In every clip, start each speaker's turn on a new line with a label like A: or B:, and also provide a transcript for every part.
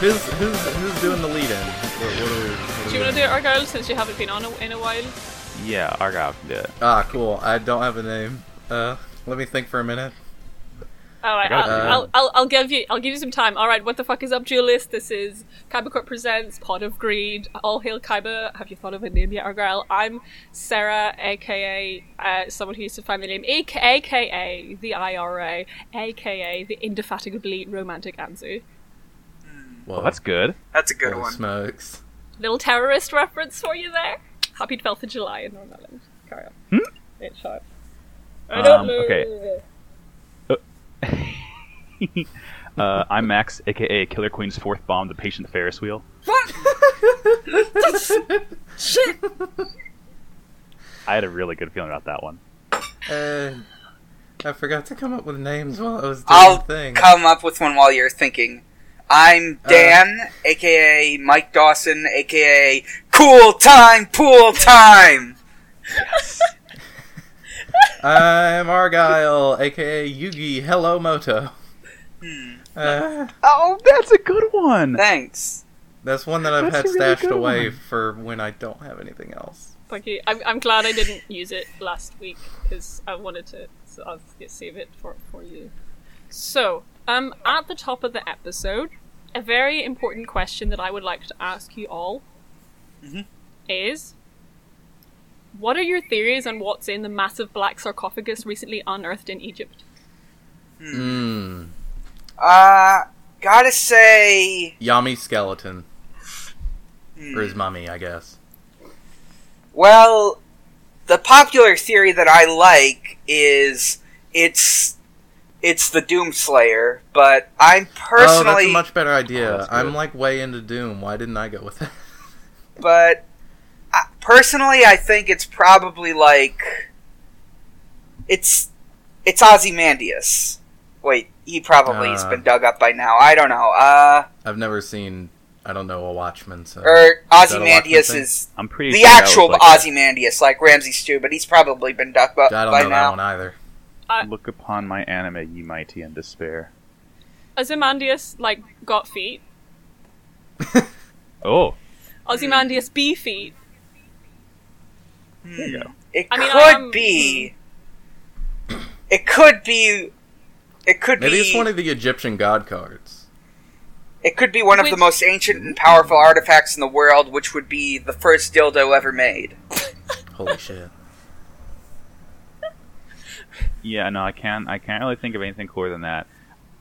A: Who's who's who's doing the lead in? What, what are we, what are
B: Do you
A: we
B: want to
A: doing?
B: do it, Argyle, since you haven't been on a, in a while?
C: Yeah, Argyle can do it.
A: Ah, cool. I don't have a name. Uh, let me think for a minute.
B: All right,
C: gotta
B: I'll,
C: do that.
B: I'll, I'll, I'll give you I'll give you some time. All right, what the fuck is up, Julius? This is Kybercorp presents Pod of Greed. All hail Kyber. Have you thought of a name yet, Argyle? I'm Sarah, aka uh, someone who used to find the name, AK, aka the IRA, aka the indefatigably romantic Anzu.
C: Well, Oh, that's good.
D: That's a good
A: Holy
D: one.
A: Smokes.
B: Little terrorist reference for you there. Happy 12th of July in Northern Ireland. Carry on. It's sharp. I don't
C: Hmm? Um,
B: know.
C: okay. Uh, I'm Max, aka Killer Queen's fourth bomb, the patient Ferris wheel.
B: What? Shit.
C: I had a really good feeling about that one.
A: Uh, I forgot to come up with names while I was doing
D: I'll
A: the thing. Uh,
D: come up with one while you're thinking. I'm Dan, aka Mike Dawson, aka Cool Time Pool Time.
A: I'm Argyle, aka Yugi Hello Moto.
D: Hmm.
A: Uh,
C: Oh, that's a good one.
D: Thanks.
A: that's one that I've
C: That's a
A: had
C: really
A: stashed
C: good
A: away
C: one.
A: for when I don't have anything else.
B: Thank you. I'm, I'm glad I didn't use it last week because I wanted to so I'll s- uh, save it for, for you. So, um, at the top of the episode, a very important question that I would like to ask you all is what are your theories on what's in the massive black sarcophagus recently unearthed in Egypt?
D: Hmm.
A: Mmm.
D: Uh, gotta say, hmm,
A: Yami Skeleton. Or his mummy, I guess.
D: well, the popular theory that I like is it's it's the Doomslayer, but I'm
A: oh, that's a
D: personally,
A: much better idea.
C: Oh, that's
A: I'm
C: good.
A: like way into Doom. Why didn't I go with that?
D: but I, personally, I think it's probably like it's it's Ozymandias. Wait, he probably has
A: Uh.
D: been dug up by now. I don't know. Uh,
A: I've never seen. I don't know a Watchman. So
D: or
A: that a Watchmen
D: Ozymandias
A: thing?
D: is
C: I'm pretty
D: the
C: sure that
D: actual
C: was like a
D: Ozymandias, like Ramsey Stew, but he's probably been dug up
A: I don't
D: by
A: know that
D: now.
A: one either.
C: Look upon my anime, ye mighty, in despair.
B: Ozymandias, like, got feet.
C: Oh,
B: Ozymandias B feet.
C: there you go.
D: Hmm. It
B: I mean,
D: could
B: um,
D: be. It could be. It could
A: hmm. Maybe
D: be.
A: it's one of the Egyptian god cards.
D: it could be one of
B: Which-
D: the most ancient and powerful artifacts in the world, which would be the first dildo ever made.
A: Holy shit!
C: Yeah, no, I can't. I can't really think of anything cooler than that.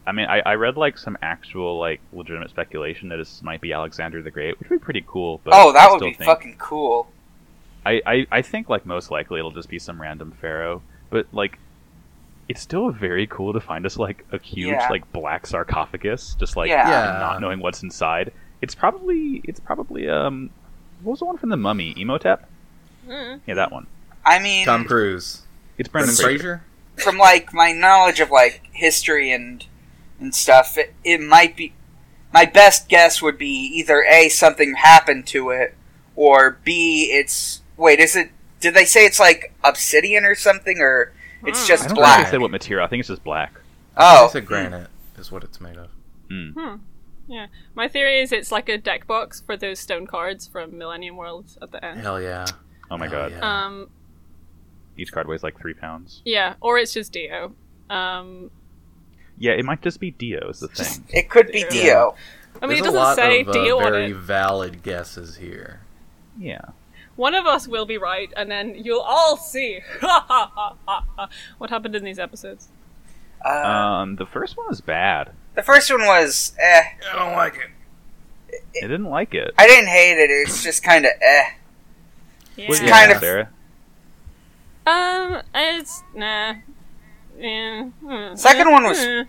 C: I mean, I, I read like some actual like legitimate speculation that this might be Alexander the Great, which would be pretty cool. But
D: oh,
C: I
D: that would
C: still
D: be
C: think,
D: fucking cool.
C: I, I I think like most likely it'll just be some random pharaoh, but like. It's still very cool to find us like a huge
D: Yeah.
C: like black sarcophagus, just like
D: Yeah.
A: Yeah.
C: and not knowing what's inside. It's probably it's probably um what was the one from the Mummy? Emotep?
B: Mm.
C: Yeah, that one.
D: I mean,
A: Tom Cruise,
C: It's Brendan
A: Brendan
C: Fraser.
A: Fraser.
D: from like my knowledge of like history and and stuff, it, it might be. My best guess would be either a something happened to it, or b it's wait is it? Did they say it's like obsidian or something, or it's
B: Mm.
C: Hmm, I
D: just
C: don't
D: black?
C: think they said what material. I think it's just black.
D: Oh,
A: it's a granite is what it's made of.
C: Mm.
B: My theory is it's like a deck box for those stone cards from Millennium World at the
D: Mm-hmm.
B: end.
A: Hell yeah!
C: Oh my
A: Hell
C: god.
A: yeah.
B: Um,
C: Each card weighs like three pounds.
B: Yeah, or it's just Dio. Um,
C: Yeah, it might just be Dio is the thing.
D: it could be
B: Yeah.
D: Dio.
B: I mean,
A: There's
B: it
A: a lot
B: doesn't say
A: of, uh,
B: Dio on
A: very
B: it.
A: valid guesses here.
D: uh,
C: yeah.
B: One of us will be right, and then you'll all see what happened in these episodes.
D: Uh,
C: Um the first one was bad.
D: the first one was eh.
A: I don't like it.
C: I didn't like it.
D: I didn't hate it. It's just kind of eh.
B: Yeah.
C: What do you
D: kind
C: think,
D: of-
C: Sarah?
B: Um, it's nah. Yeah. hmm.
D: Second one was-
B: Hmm.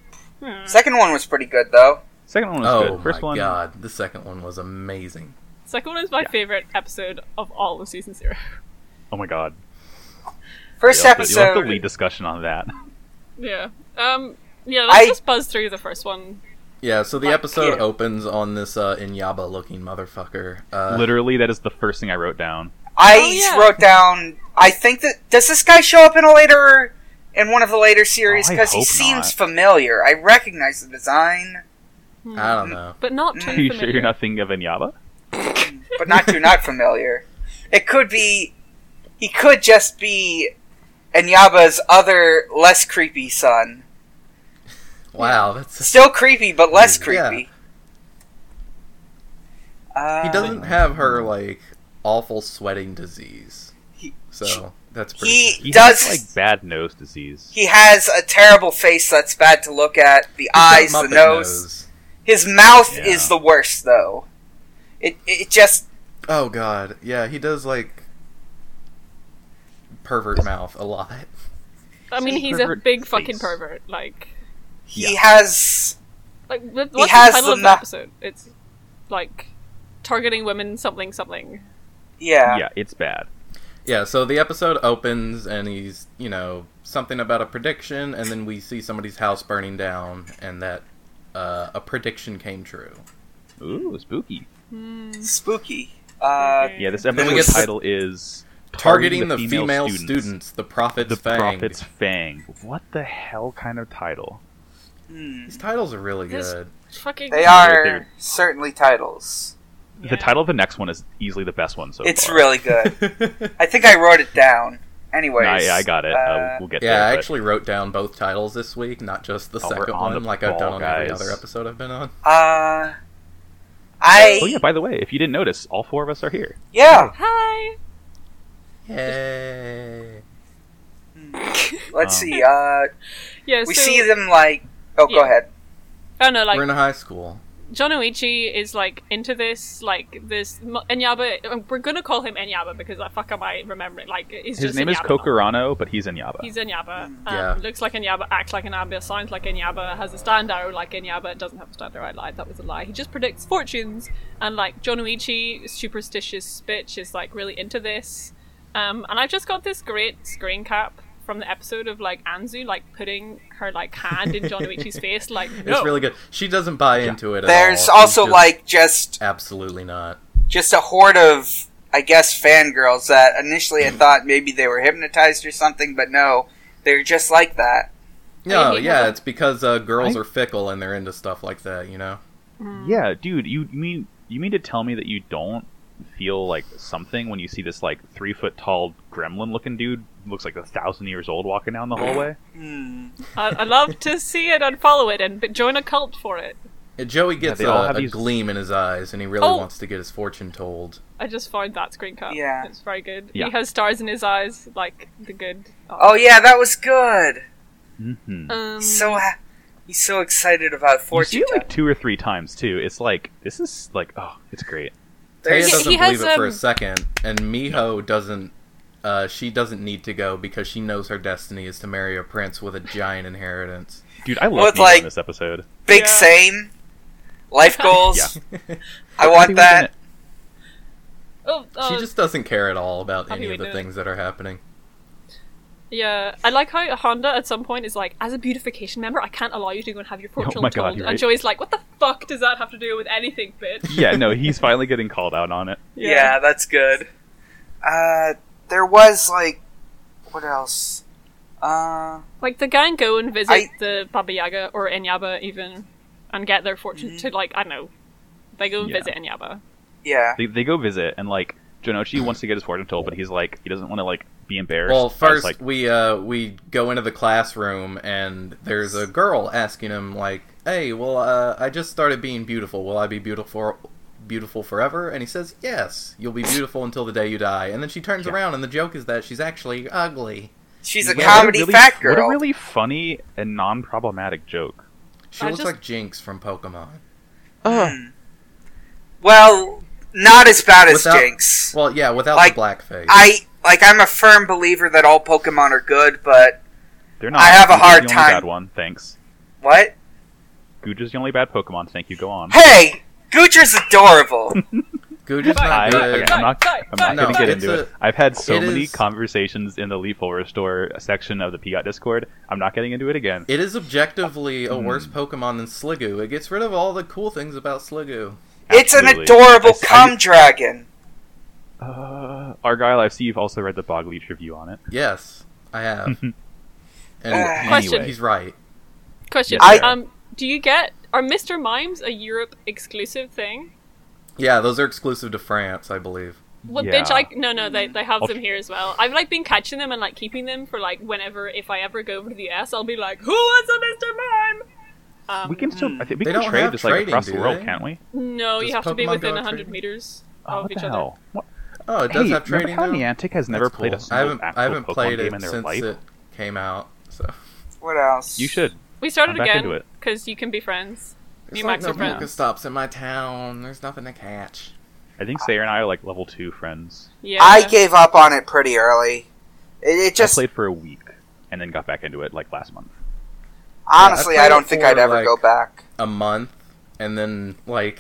B: Hmm.
D: Second one was pretty good though.
C: Second one was
A: Oh
C: good. First
A: my
C: one
A: god! The second one was amazing.
B: Second one is my
C: Yeah.
B: favorite episode of all of season zero.
C: Oh my god.
D: First
C: you'll have to-
D: episode.
C: you'll have the lead discussion on that.
B: yeah. Um. Yeah. Let's
D: I-
B: just buzz through the first one.
A: Yeah. So the
D: Fuck
A: episode
D: yeah.
A: opens on this uh, Inyaba looking motherfucker. Uh,
C: Literally that is the first thing I wrote down.
D: I
B: Oh, yeah.
D: wrote down. I think that does this guy show up in a later in one of the later series
A: Oh,
C: I
D: because he
C: hope
D: seems
C: not.
D: familiar. I recognize the design.
A: I don't know.
B: Hmm. but not too
D: Are
C: Are you sure
B: familiar.
C: you're not thinking of Inyaba?
D: but not too not familiar. It could be. He could just be Anyaba's other less creepy son.
A: Wow, that's
D: Still creepy, but less creepy. Um, Uh,
A: he doesn't have her like awful sweating disease.
D: He-
A: So that's pretty.
D: He,
C: He
D: does.
C: has like bad nose disease.
D: he has a terrible face that's bad to look at. The eyes,
A: He's got
D: the
A: Muppet
D: nose. His mouth
C: Yeah.
D: is the worst, though. It it just
A: Oh god, yeah, he does like pervert mouth a lot.
B: I mean, he's a
C: Pervert
B: big fucking
C: face.
B: pervert. Like,
D: he has
B: like wh- what's
D: has
B: the title
D: the
B: of the
D: ma-
B: episode? It's like targeting women something something.
D: yeah.
C: Yeah, it's bad.
A: Yeah, so the episode opens and he's, you know, something about a prediction, and then we see somebody's house burning down, and that uh, a prediction came true.
C: Ooh, spooky.
B: Hmm.
D: spooky. Uh,
C: Yeah, this
A: we
C: episode's
A: get the-
C: title is
A: Targeting the, female, students, the prophet's
C: The
A: fang.
C: Prophet's Fang. What the hell kind of title?
D: hmm.
A: These titles are really
B: This-
A: good.
B: Fucking.
D: They
C: Yeah,
D: are
C: they're-
D: certainly titles.
B: Yeah.
C: The title of the next one is easily the best one so
D: it's
C: far.
D: really good. I think I wrote it down. Anyways,
C: Nah, yeah, I got it. Uh,
D: uh,
C: we'll get
A: yeah,
C: there.
A: I
C: but-
A: actually wrote down both titles this week, not just the
C: Oh, we're
A: second
C: on
A: one,
C: the
A: like I've done
C: ball,
A: on every
C: guys.
A: other episode I've been on.
D: uh, I
C: Oh yeah, by the way, if you didn't notice, all four of us are here.
D: yeah.
B: Hi.
A: Yay!
D: Let's
C: Oh.
D: see. Uh,
B: Yeah.
D: we
B: so,
D: see them like. Oh, go
B: Yeah.
D: ahead.
B: Oh no, like
A: We're in high school.
B: John Oichi is like into this, like this mo- Enyaba. um, We're gonna call him Enyaba because the fuck am I remembering? Like he's
C: His
B: just
C: name is
B: Enyaba now.
C: Kokorano, but he's in Yaba.
B: He's Enyaba.
D: Hmm.
B: Um,
A: Yeah.
B: Looks like Enyaba, acts like Enyaba, sounds like Enyaba, has a stand arrow like Enyaba, doesn't have a stand arrow. I lied, that was a lie. He just predicts fortunes, and like John Uichi, superstitious bitch, is like really into this. Um, and I just got this great screen cap from the episode of like Anzu, like putting her like hand in John Uichi's face, like no.
A: It's really good. She doesn't buy into it. At
D: There's
A: all. She's
D: also
A: just
D: like just
A: absolutely not.
D: just a horde of I guess fangirls that initially
C: Hmm.
D: I thought maybe they were hypnotized or something, but no, they're just like that.
A: No,
B: Maybe.
A: yeah, it's because uh, girls
C: I-
A: are fickle and they're into stuff like that, you know.
B: Hmm.
C: Yeah, dude, you you mean you mean to tell me that you don't feel like something when you see this like three foot tall gremlin looking dude looks like a thousand years old walking down the hallway?
D: Hmm.
B: I, I love to see it and follow it and but join a cult for it.
A: And Joey gets
C: they all
A: a,
C: have
A: a
C: these-
A: gleam in his eyes, and he really
B: Oh.
A: wants to get his fortune told.
B: I just found that screen cap.
D: Yeah.
B: It's very good.
C: Yeah.
B: He has stars in his eyes, like the good.
D: Oh yeah, that was good.
C: Mm-hmm.
B: Um,
D: He's so ha- he's so excited about
C: you
D: fortune.
C: see it like
D: telling.
C: two or three times too. It's like this is like oh, it's great.
A: Taya
D: There's-
B: He-
A: doesn't
B: he has,
A: believe it for
B: um,
A: a second, and Miho doesn't. Uh, she doesn't need to go because she knows her destiny is to marry a prince with a giant inheritance.
C: Dude, I
D: Well,
C: love
D: it's
C: Miho
D: like-
C: in this episode.
D: Big
B: Yeah.
D: same. Life goals.
C: Yeah.
D: I
C: Happy
D: want that.
B: oh,
A: she
B: oh,
A: just doesn't care at all about
B: Happy
A: any
B: we
A: of the
B: did it.
A: things that are happening.
B: yeah. I like how Honda at some point is like, as a beautification member, I can't allow you to go and have your fortune
C: Oh my
B: told.
C: God, you're
B: and
C: right.
B: Joey's like, what the fuck does that have to do with anything, bitch?
C: yeah, no, he's finally getting called out on it.
D: Yeah. that's good. Uh, there was like, what else? Uh,
B: Like the gang go and visit
D: I-
B: the Baba Yaga or Enyaba even, and get their fortune to like I don't know. They go and
C: Yeah.
B: visit Enyaba.
D: yeah.
C: They, they go visit and like Jonochi wants to get his fortune told, but he's like he doesn't want to like be embarrassed.
A: Well,
C: by,
A: first
C: like
A: we uh, we go into the classroom, and there's a girl asking him like, "Hey, well, uh, I just started being beautiful. Will I be beautiful, beautiful forever?" And he says, "Yes, you'll be beautiful until the day you die." And then she turns
C: Yeah.
A: around, and the joke is that she's actually ugly.
D: She's
A: Yeah,
D: a
C: what a
D: comedy
C: really-
D: fat
C: What
D: girl.
C: a really funny and non-problematic joke.
A: She
B: I
A: looks
B: just-
A: like Jinx from Pokemon.
D: Hmm. well, not as bad as
A: Without-
D: Jinx.
A: Well, yeah, without
D: Like,
A: the blackface.
D: I like. I'm a firm believer that all Pokemon are good, but
C: They're not.
D: I have a
C: Guja's
D: hard
C: the only
D: time-
C: Bad one, thanks.
D: what?
C: Guja's the only bad Pokemon. Thank you. Go on.
D: Hey, Gujar's adorable.
A: Guja's
C: I,
A: not good.
C: okay, I'm not.
B: Sorry,
C: I'm
B: sorry,
C: not
A: sorry.
C: going to get
A: No, it's
C: into
A: a-
C: it. I've had so
A: it
C: many
A: is-
C: conversations in the Lethal Restore section of the Piot Discord. I'm not getting into it again.
A: It is objectively
C: Hmm.
A: a worse Pokemon than Sligoo. It gets rid of all the cool things about Sligoo.
D: it's an
C: Absolutely.
D: adorable
C: I- I-
D: cum dragon.
C: Uh, Argyle, I see you've also read the Bog Leech review on it.
A: Yes, I have. and
D: Question.
A: he's right.
B: Question:
D: I-
B: Um, do you get Are Mr. Mimes a Europe exclusive thing?
A: Yeah, those are exclusive to France, I believe.
B: Well,
C: Yeah.
B: bitch, I no no they they have
C: I'll-
B: them here as well. I've like been catching them and like keeping them for like whenever if I ever go over to the US, I'll be like, who wants a Mr. Mime? Um,
C: We can still. I think we
A: They
C: can
A: don't
C: trade
A: have
C: just like
A: trading,
C: across the
A: do
C: world,
A: they?
C: can't we?
B: no, you
A: Does
B: have to be
A: Pokemon
B: within
A: go
B: hundred
A: trading?
B: meters
C: Oh,
B: of
C: what
B: each
C: the
B: other.
C: hell? What?
A: Oh, it does
C: hey,
A: have
C: remember
A: trading.
C: how
A: though?
C: Niantic has
A: That's
C: never played
A: cool.
C: a
A: I
C: single
A: haven't
C: actual
A: I haven't
C: Pokemon
A: played
C: game
A: it
C: in their
A: since
C: life?
A: it came out. So
D: What else?
C: You should.
B: We started
C: I'm back into
B: again
C: it.
B: because you can be friends. Me
A: There's
B: and
A: like
B: Max
A: no
B: are friends.
A: Pokestops in my town. There's nothing to catch.
C: I think Sayer and I are like level two friends.
B: Yeah,
D: I gave up on it pretty early. It, it
C: I
D: just
C: played for a week and then got back into it like last month.
D: honestly,
A: Yeah, I
D: I,
A: played
D: don't
A: it
D: think
A: for,
D: I'd ever
A: like-
D: go back.
A: A month, and then like,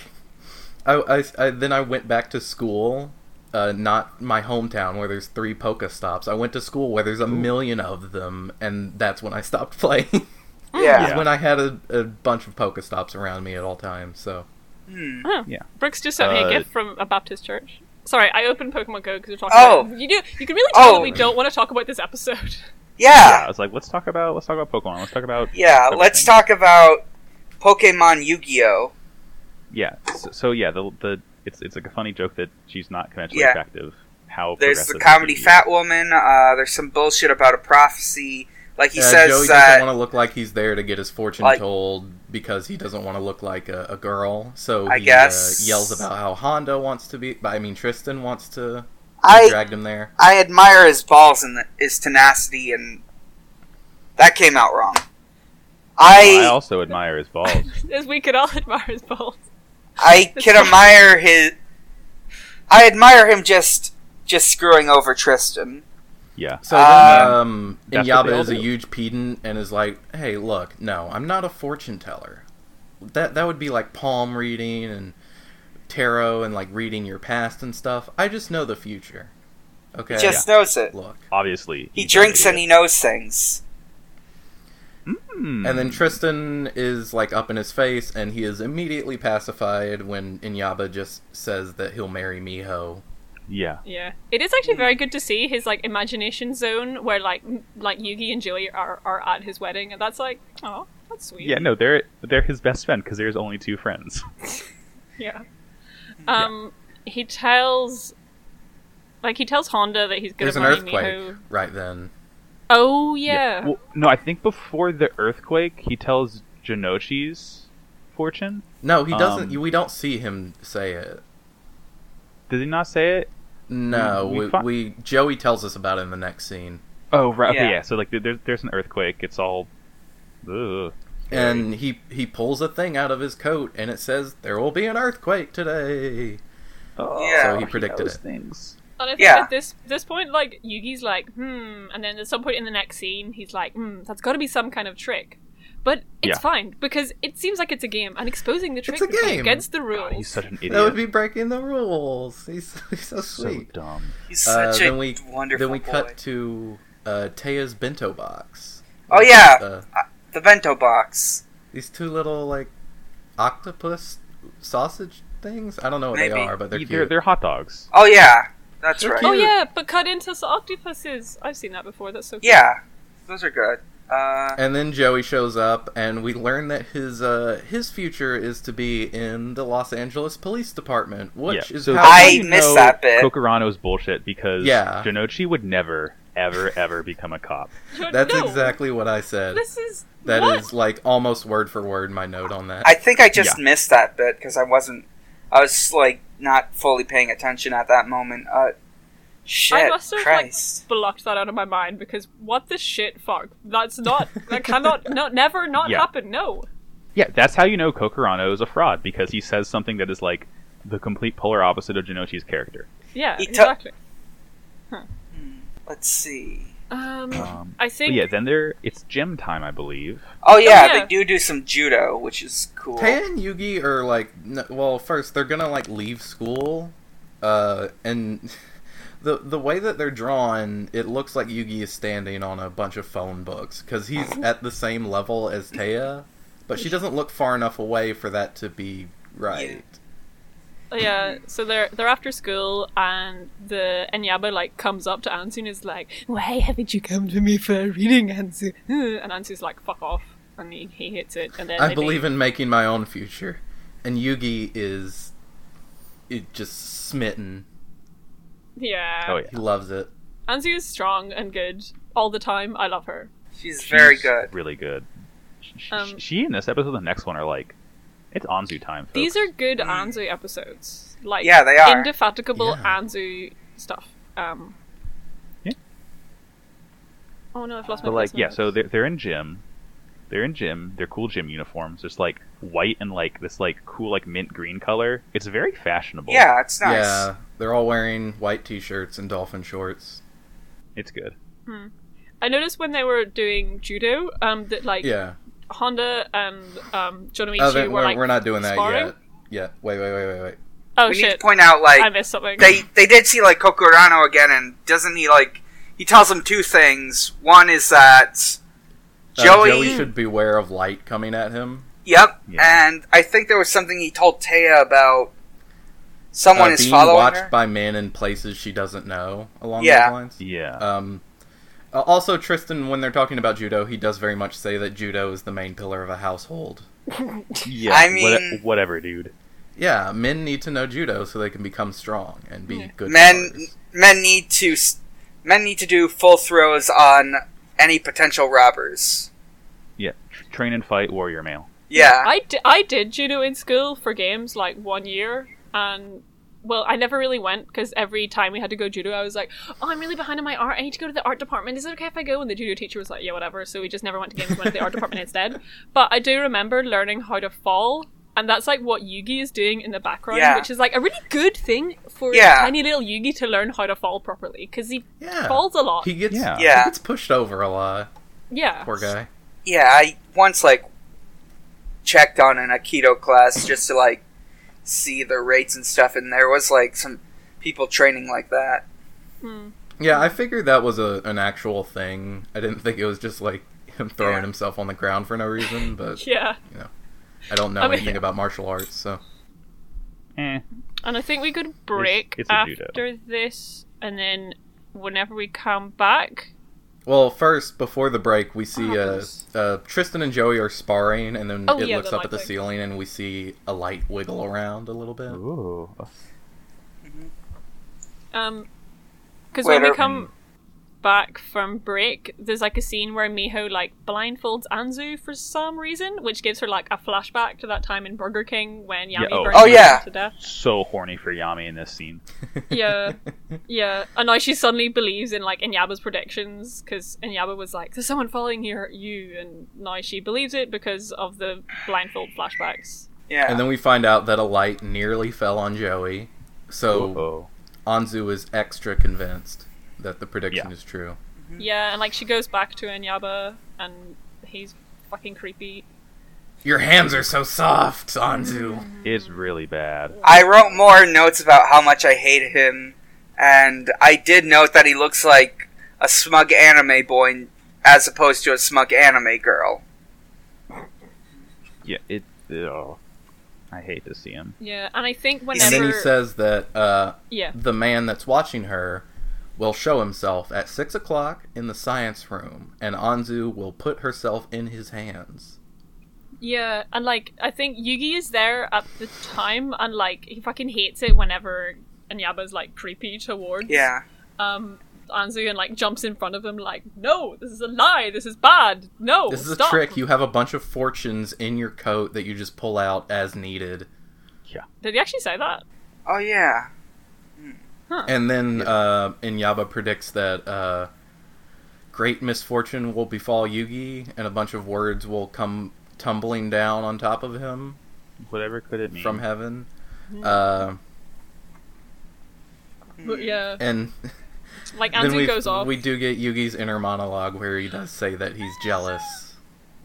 A: I, I, I- then I went back to school. Uh, not my hometown where there's three Pokestops. I went to school where there's a million of them, and that's when I stopped playing.
B: Hmm.
D: Yeah.
A: When I had a, a bunch of Pokestops around me at all times. So
D: Hmm.
B: Brooks just sent me
C: Uh,
B: a gift from a Baptist church. Sorry, I opened Pokemon Go because we're talking.
D: Oh.
B: about, you do. You can really tell
D: Oh.
B: that we don't want to talk about this episode.
C: Yeah, I
D: Yeah.
C: was like, let's talk about let's talk about Pokemon. Let's talk about
D: Yeah. Let's
C: Everything.
D: talk about Pokemon Yu-Gi-Oh.
C: yeah. So, so yeah, the the it's it's like a funny joke that she's not conventionally
D: Yeah.
C: attractive. How
D: There's the
C: progressive
D: comedy
C: she is.
D: Fat Woman. Uh, there's some bullshit about a prophecy. Like he
A: Yeah, Uh, Joey
D: says
A: doesn't
D: that.
A: want to look like he's there to get his fortune
D: Like-
A: told because he doesn't want to look like a, a girl. So he
D: I guess.
A: uh, yells about how Honda wants to be. I mean, Tristan wants to. I
D: I
A: dragged him there.
D: I admire his balls and his tenacity, and that came out wrong.
C: Well, I
D: I
C: also admire his balls.
B: As we could all admire his balls.
D: I can admire his. I admire him just just screwing over Tristan.
C: Yeah.
A: So then,
D: Um,
A: um,
C: Ah, that's what they
A: Inyaba
C: all
A: is a
C: do.
A: huge pedant and is like, "Hey, look, no, I'm not a fortune teller. That that would be like palm reading and tarot and like reading your past and stuff. I just know the future. Okay,
D: He just knows it.
A: look."
C: Obviously.
D: He drinks and he knows things.
C: Hmm. Mm.
A: And then Tristan is like up in his face, and he is immediately pacified when Inyaba just says that he'll marry Miho.
C: Yeah.
B: Yeah, it is actually very good to see his like imagination zone where like m- like Yugi and Joey are are at his wedding, and that's like, oh, that's sweet.
C: Yeah, no, they're they're his best friend because there's only two friends.
B: Yeah. Um, he tells, like, he tells Honda that he's going
A: There's
B: to
A: an
B: marry
A: earthquake
B: Miho.
A: right then.
B: Oh yeah.
C: Well, no, I think before the earthquake, he tells Genoci's fortune.
A: No, he doesn't.
C: Um,
A: we don't see him say it.
C: Did he not say it?
A: No,
C: we
A: we, we,
C: fi-
A: Joey tells us about it in the next scene,
C: Oh, right. Okay,
D: Yeah.
C: yeah. So like, there- there's there's an earthquake. It's all. Ugh.
A: and he he pulls a thing out of his coat, and it says there will be an earthquake today.
C: Oh,
D: Yeah. So he
A: predicted
C: knows
A: it.
C: Things.
B: And I think
D: Yeah.
B: at this this point, like Yugi's like, hmm, and then at some point in the next scene, he's like, hmm, that's got to be some kind of trick. But it's
C: Yeah.
B: fine because it seems like it's a game, and exposing the trick
A: a
B: is
A: game.
B: against the
C: God, he's
B: rules.
C: such an idiot.
A: That would be breaking the rules. He's, he's so
C: so
A: sweet.
C: dumb.
D: He's
A: Uh,
D: such
A: then
D: a
A: we
D: wonderful
A: then we
D: boy.
A: cut to uh, Taya's bento box.
D: Oh, yeah.
A: Uh,
D: the bento box.
A: these two little like octopus sausage things. I don't know what they
D: Maybe.
A: are, but they're
C: They're,
A: cute.
C: they're hot dogs.
D: Oh yeah, that's
A: They're
D: right.
B: oh
A: cute.
B: yeah, but cut into s- octopuses. I've seen that before. That's so cute.
D: Yeah, those are good. Uh,
A: And then Joey shows up, and we learn that his uh, his future is to be in the Los Angeles Police Department, which
C: Yeah,
A: is
C: so-
A: how
D: I
A: we
D: missed
A: know-
D: that bit.
C: Kokorano's bullshit because
A: Yeah.
C: Genochi would never, ever, ever become a cop.
B: But
A: That's
B: no,
A: exactly what I said. That is
B: This is that is.
A: like almost word for word my note on that.
D: I think I just
C: Yeah.
D: missed that bit because I wasn't. I was like not fully paying attention at that moment. Uh, shit,
B: I must have
D: Christ.
B: like blocked that out of my mind because what the shit, fuck. That's not that cannot no never not
C: Yeah.
B: happen. No.
C: Yeah, that's how you know Kokorano is a fraud because he says something that is like the complete polar opposite of Genochi's character.
B: Yeah,
D: He took-
B: exactly.
D: Let's see.
B: Um,
A: Hmm.
C: Um,
B: I
C: But
B: think
C: yeah, then there it's gym time, I believe.
D: Oh yeah,
B: yeah.
D: they do do some judo, which is cool.
A: Taya and Yugi are like, n well, first they're gonna like leave school, uh, and the the way that they're drawn, it looks like Yugi is standing on a bunch of phone books because he's at the same level as Taya, but she doesn't look far enough away for that to be right.
B: uh, yeah. So they're they're after school, and the Enyaba like comes up to Ansu and is like, "Why haven't you come to me for a reading, Ansu?" And Ansu's like, "Fuck off." I mean, he hits it, and then
A: I
B: they
A: believe
B: make,
A: in making my own future, and Yugi is, it just smitten.
B: Yeah,
C: Oh yeah,
A: He loves it.
B: Anzu is strong and good all the time. I love her.
D: She's very
C: She's
D: good.
C: really good. Sh- sh-
B: Um,
C: she and this episode, the next one, are like, it's Anzu time. Folks.
B: These are good
D: Mm.
B: Anzu episodes. Like
D: Yeah, they are.
B: indefatigable
A: Yeah.
B: Anzu stuff. Um.
C: Yeah.
B: Oh no, I've lost
C: But
B: my.
C: like,
B: place
C: yeah,
B: now.
C: so they're, they're in gym. They're in gym. They're cool gym uniforms. There's like white and like this like cool like mint green color. It's very fashionable.
D: Yeah, it's nice.
A: Yeah, they're all wearing white t-shirts and dolphin shorts.
C: it's good.
B: I noticed when they were doing judo, um, that like
A: Yeah.
B: Honda and um, Jonomichi
A: Oh, they-
B: were
A: we're,
B: like
A: we're not doing that
B: sparring?
A: yet. Yeah. Wait, wait, wait, wait, wait.
B: Oh
D: we need to
B: shit!
D: point out like
B: I missed something.
D: they they did see like Kokorano again, and doesn't he like he tells him two things. One is that
A: Uh,
D: Joey,
A: Joey should beware of light coming at him.
D: yep,
C: Yeah.
D: and I think there was something he told Taya about someone
A: Uh,
D: is
A: being
D: following
A: watched
D: her.
A: by men in places she doesn't know along
D: Yeah.
A: those lines.
C: Yeah.
A: Um, uh, also, Tristan, when they're talking about judo, he does very much say that judo is the main pillar of a household.
C: yeah.
D: I
C: what-
D: mean-
C: whatever, dude.
A: Yeah, men need to know judo so they can become strong and be
B: Yeah.
A: good.
D: men
A: fighters.
D: men need to s- men need to do full throws on any potential robbers.
C: Yeah. Tr- train and fight warrior male.
D: Yeah,
B: I, di- I did judo in school for games like one year, and well, I never really went because every time we had to go judo, I was like, "Oh, I'm really behind on my art. I need to go to the art department. Is it okay if I go?" And the judo teacher was like, "Yeah, whatever." So we just never went to games. We went to the art department instead. But I do remember learning how to fall. And that's like what Yugi is doing in the background,
D: Yeah.
B: which is like a really good thing for
D: Yeah.
B: tiny little Yugi to learn how to fall properly because he
A: yeah.
B: falls a lot.
A: He gets
C: Yeah.
A: he
D: Yeah.
A: gets pushed over a lot.
B: yeah,
A: Poor guy.
D: yeah. I once like checked on an aikido class just to like see the rates and stuff, and there was like some people training like that.
B: Hmm.
A: Yeah, I figured that was a an actual thing. I didn't think it was just like him throwing
D: Yeah.
A: himself on the ground for no reason. But
B: yeah.
A: I don't know
B: I mean-
A: anything about martial arts, so
C: Eh.
B: And I think we could break
C: it's a judo.
B: after this, and then whenever we come back,
A: Well, first, before the break, we see uh,
B: happens?
A: uh, Tristan and Joey are sparring, and then
B: Oh,
A: it
B: yeah,
A: looks
B: the
A: up at the
B: light thing.
A: ceiling, and we see a light wiggle around a little bit.
C: Ooh.
B: um, because
D: Wait, uh,
B: when we
D: are-
B: come back from break, there's like a scene where Miho like blindfolds Anzu for some reason, which gives her like a flashback to that time in Burger King when Yami
C: Yeah, oh.
B: burns
D: Oh,
B: her
D: yeah.
B: to death.
C: So horny for Yami in this scene.
B: Yeah. Yeah, and now she suddenly believes in like Inyaba's predictions because Inyaba was like, "There's someone following here, you," and now she believes it because of the blindfold flashbacks.
D: Yeah,
A: And then we find out that a light nearly fell on Joey, so
C: Whoa.
A: Anzu is extra convinced that the prediction
C: Yeah.
A: is true.
B: Yeah, and like she goes back to Anyaba and he's fucking creepy.
A: Your hands are so soft, Anzu.
C: It's really bad.
D: I wrote more notes about how much I hated him, and I did note that he looks like a smug anime boy as opposed to a smug anime girl.
C: Yeah. It. Oh. I hate to see him.
B: Yeah, and I think
A: And
B: whenever
A: then he says that uh,
B: yeah,
A: the man that's watching her will show himself at six o'clock in the science room, and Anzu will put herself in his hands.
B: yeah, and like I think Yugi is there at the time and like he fucking hates it whenever Anyaba's like creepy towards
D: Yeah,
B: um Anzu and like jumps in front of him like, "No, this is a lie. This is bad. No,
A: This is
B: Oh, stop."
A: a trick. You have a bunch of fortunes in your coat that you just pull out as needed.
B: Did he actually say that?
D: oh yeah,
A: And then uh, Inyaba predicts that uh, great misfortune will befall Yugi, and a bunch of words will come tumbling down on top of him
C: Whatever could it mean?
A: from heaven. Uh,
B: But yeah,
A: and
B: like
A: then we,
B: Anzu goes off.
A: we do get Yugi's inner monologue where he does say that he's jealous.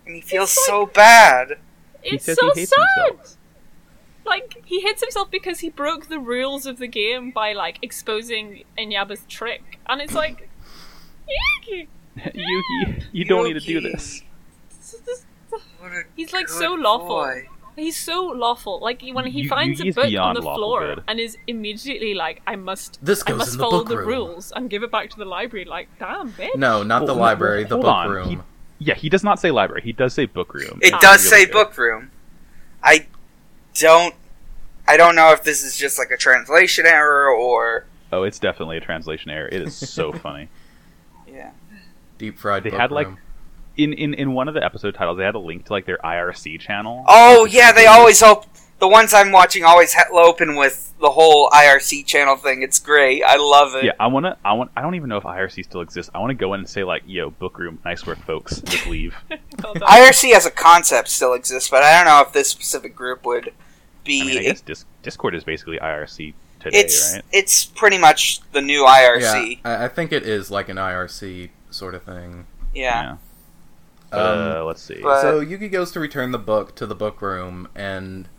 D: and he feels
B: like-
D: so bad.
B: It's
C: says
B: so
C: he hates
B: sad.
C: himself.
B: Like he hits himself because he broke the rules of the game by like exposing Inyaba's trick, and it's like, Yuki,
C: Yuki, you don't need to do this.
B: this- this-
D: What a
B: He's, like,
D: good
B: so lawful.
D: boy.
B: he's so lawful. Like when he
C: Yu-
B: finds
C: Yugi's
B: a book on
C: beyond
B: the
C: lawful
B: floor
C: good.
B: and is immediately like, I must,
A: This
B: I
A: goes
B: must
A: in the
B: follow
A: book
B: the
A: room.
B: rules and give it back to the library. Like, damn, bitch.
A: No, not the
C: Well,
A: library, the
C: hold
A: book
C: on.
A: room.
C: He- Yeah, he does not say library. He does say book room.
D: It
C: That's
D: does
C: really
D: say
C: good.
D: book room. I don't. I don't know if this is just like a translation error or
C: Oh, it's definitely a translation error. It is so funny.
D: yeah.
A: Deep fried.
C: They
A: book
C: had, like,
A: room.
C: In, in in one of the episode titles, they had a link to like their IRC channel.
D: Oh yeah, they always help. The ones I'm watching always ha- open with the whole IRC channel thing. It's great. I love it.
C: Yeah, I wanna. I want. I don't even know if IRC still exists. I want to go in and say like, "Yo, book room, nice work, folks. Just leave."
B: Well done.
D: IRC as a concept still exists, but I don't know if this specific group would be.
C: I mean, I guess Dis- Discord is basically IRC today,
D: it's
C: right?
D: it's pretty much the new IRC.
A: Yeah, I, I think it is like an IRC sort of thing.
D: yeah.
A: Um,
C: uh, let's see.
D: but-
A: so Yuki goes to return the book to the book room, and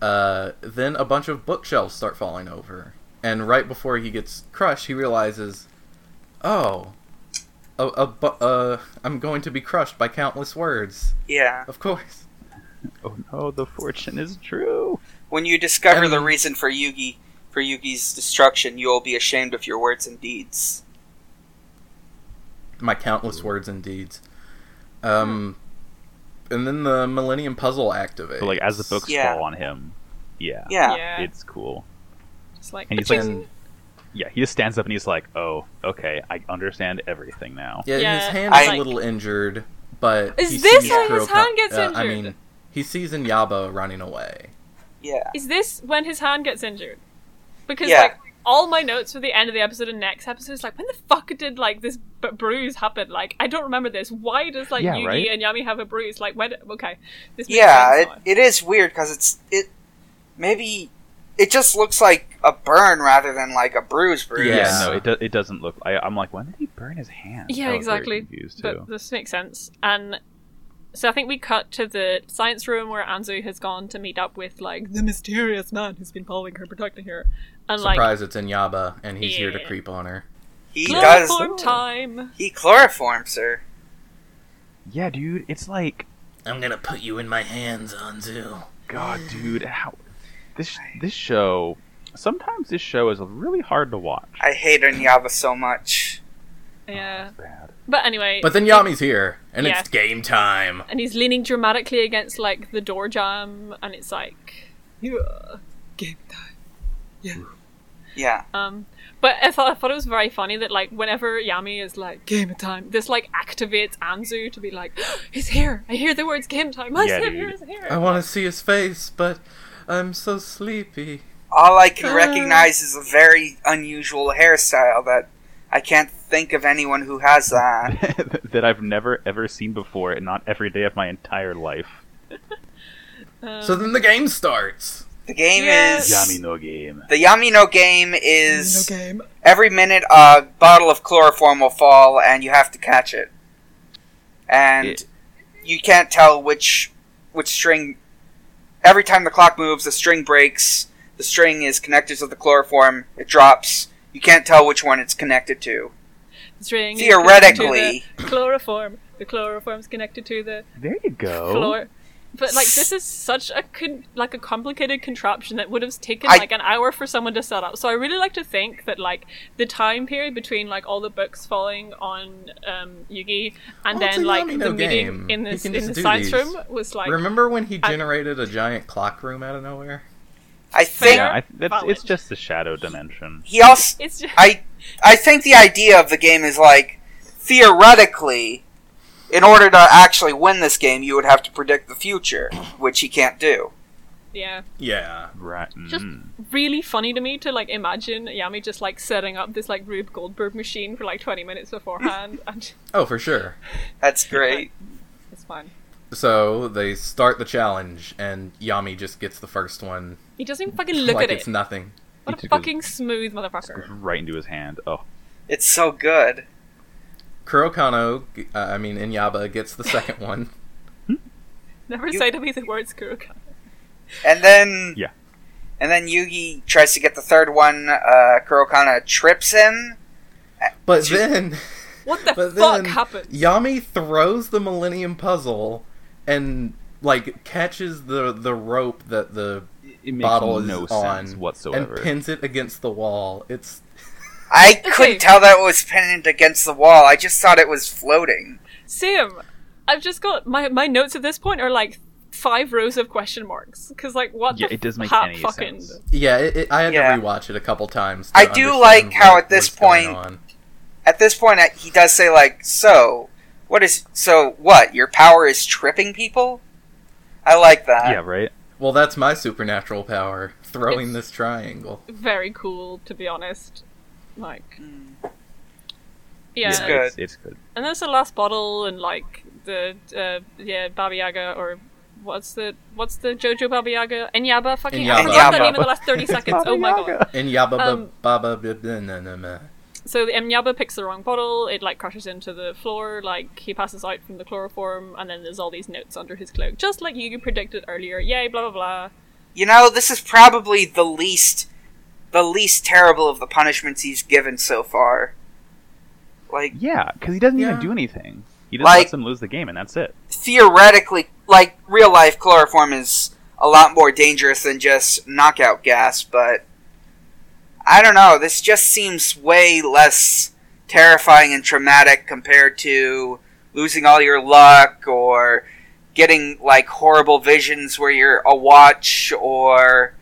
A: uh, then a bunch of bookshelves start falling over. And right before he gets crushed, he realizes, oh, a, a, bu- uh, I'm going to be crushed by countless words.
D: Yeah.
A: Of course.
C: oh no, the fortune is true.
D: When you discover
A: And-
D: the reason for Yugi for Yugi's destruction, you will be ashamed of your words and deeds.
A: My countless words and deeds. Um, and then the Millennium Puzzle activates.
C: But like as the books
D: Yeah.
C: fall on him, yeah,
D: Yeah.
B: yeah,
C: it's cool.
B: just like,
C: and he's
B: "Ka-ching."
A: And-
C: Yeah, he just stands up and he's like, "Oh, okay, I understand everything now."
A: Yeah,
B: Yeah,
A: his hand is
D: I-
A: a little injured, but
B: Is
A: he
B: this
A: sees
B: how his
A: Kuroka-
B: hand gets
A: uh, I
B: injured?
A: mean, he sees Inyaba running away.
D: Yeah.
B: is this when his hand gets injured? Because
D: Yeah.
B: like all my notes for the end of the episode and next episode is like, when the fuck did like this b- bruise happen? Like, I don't remember this. Why does like
C: Yeah,
B: Yugi
C: right?
B: and Yami have a bruise? Like, when? Okay, this makes
D: Yeah,
B: sense
D: it,
B: now.
D: it is weird because it's it maybe it just looks like a burn rather than like a bruise bruise.
A: Yeah.
C: Yeah, no, it, do- it doesn't look. I, I'm like, when did he burn his hand?
B: Yeah,
C: I was very
B: exactly.
C: confused, too.
B: But this makes sense. And so I think we cut to the science room where Anzu has gone to meet up with like the mysterious man who's been following her, protecting her, and like
A: Surprise, it's Inyaba, and he's here to
B: Yeah.
A: creep on her.
D: He does
B: chloroform time.
D: he chloroforms her.
C: yeah, dude, it's like,
A: I'm gonna put you in my hands, Anzu.
C: God, dude, how this this show. Sometimes this show is really hard to watch.
D: I hate Onyaba so much.
B: Yeah,
C: Bad.
B: but anyway,
A: But then Yami's here, and
B: Yeah.
A: it's game time.
B: and he's leaning dramatically against like the door jam, and it's like, yeah, game time.
D: Yeah.
B: Um, but I thought, I thought it was very funny that like whenever Yami is like game time, this like activates Anzu to be like, he's here. I hear the words game time. My
C: Yeah,
B: savior
C: dude.
B: is here.
A: I want to see his face, but I'm so sleepy.
D: All I can
B: Uh.
D: recognize is a very unusual hairstyle that I can't think of anyone who has that.
C: that I've never ever seen before, and not every day of my entire life.
B: Um,
A: So then the game starts.
D: The game
B: Yeah.
D: is
C: Yami no game.
D: The Yamino game is
B: game.
D: every minute a bottle of chloroform will fall and you have to catch it. And
C: It-
D: you can't tell which which string every time the clock moves the string breaks, the string is connected to the chloroform, it drops. You can't tell which one it's connected to.
B: String is
D: Theoretically,
B: connected to the chloroform. The chloroform's connected to the
C: There
A: Oh.
C: you go.
B: floor. But like this is such a con- like a complicated contraption that would have taken
D: I-
B: like an hour for someone to set up. So I really like to think that like the time period between like all the books falling on um, Yugi and
A: Well, it's
B: then
A: a
B: like
A: Yami
B: the
A: no
B: meeting
A: game.
B: in
A: He
B: this
A: can
B: in
A: just
B: the
A: do
B: science
A: these.
B: room was like
A: Remember when he
B: I-
A: generated a giant clock room out of nowhere?
D: I think
C: Yeah, I, that's,
B: Valid.
C: it's just the shadow dimension.
D: he also
B: it's just,
D: I I think the idea of the game is like theoretically, in order to actually win this game, you would have to predict the future, which he can't do.
B: yeah
A: Yeah.
C: Right.
B: Just-
C: mm.
B: really funny to me to like imagine Yami just like setting up this like Rube Goldberg machine for like twenty minutes beforehand and
A: Oh, for sure.
D: That's great.
B: it's fine.
A: So they start the challenge, and Yami just gets the first one.
B: He doesn't even fucking look
A: like
B: at
A: it's
B: it.
A: nothing.
B: What
C: He
B: a
C: took his-
B: fucking smooth motherfucker.
C: right into his hand. Oh,
D: It's so good.
A: Kurokano, uh, I mean Inyaba, gets the second one.
B: Never
D: You-
B: say to me the words Kuroka.
D: And then
C: Yeah.
D: and then Yugi tries to get the third one. Uh, Kurokana trips him.
A: But
D: Ju-
A: then,
B: What the
A: but
B: fuck
A: then
B: happened?
A: Yami throws the Millennium Puzzle and like catches the the rope that the
C: it, it makes
A: bottle
C: no
A: is on
C: sense whatsoever.
A: and pins it against the wall. It's
D: I
B: Okay.
D: couldn't tell that it was pinned against the wall. I just thought it was floating.
B: Sam, I've just got my my notes at this point are like five rows of question marks because like what
C: Yeah,
B: the
C: it doesn't make
B: hap
C: any
B: fucking
C: sense.
A: Yeah, it, it, I had
D: Yeah.
A: to rewatch it a couple times. to
D: I do
A: understand
D: like how
A: what-
D: at this
A: what's going
D: point-
A: on.
D: At this point, I, he does say like, "So, what is? So what? Your power is tripping people." I like that.
C: yeah, right.
A: Well, that's my supernatural power: throwing
B: It's-
A: this triangle.
B: very cool to be honest. Like
D: Mm.
B: yeah,
D: It's good.
C: It's, it's good.
B: and there's the last bottle and like the uh, yeah Baba Yaga or what's the what's the JoJo Baba Yaga Enyaba fucking I
A: Enyaba.
B: forgot that
D: Enyaba.
B: name in the last thirty seconds. oh my god.
A: And yabba
B: Um,
A: baba baba.
B: So the Emyaba picks the wrong bottle, it like crashes into the floor, like he passes out from the chloroform, and then there's all these notes under his cloak. Just like you predicted earlier. Yay, blah blah blah.
D: You know, this is probably the least, the least terrible of the punishments he's given so far. Like
C: Yeah, because he doesn't
A: Yeah.
C: even do anything. He just
D: Like-
C: lets them lose the game, and that's it.
D: theoretically, like real life chloroform is a lot more dangerous than just knockout gas, but I don't know. This just seems way less terrifying and traumatic compared to losing all your luck or getting like horrible visions where you're a watch or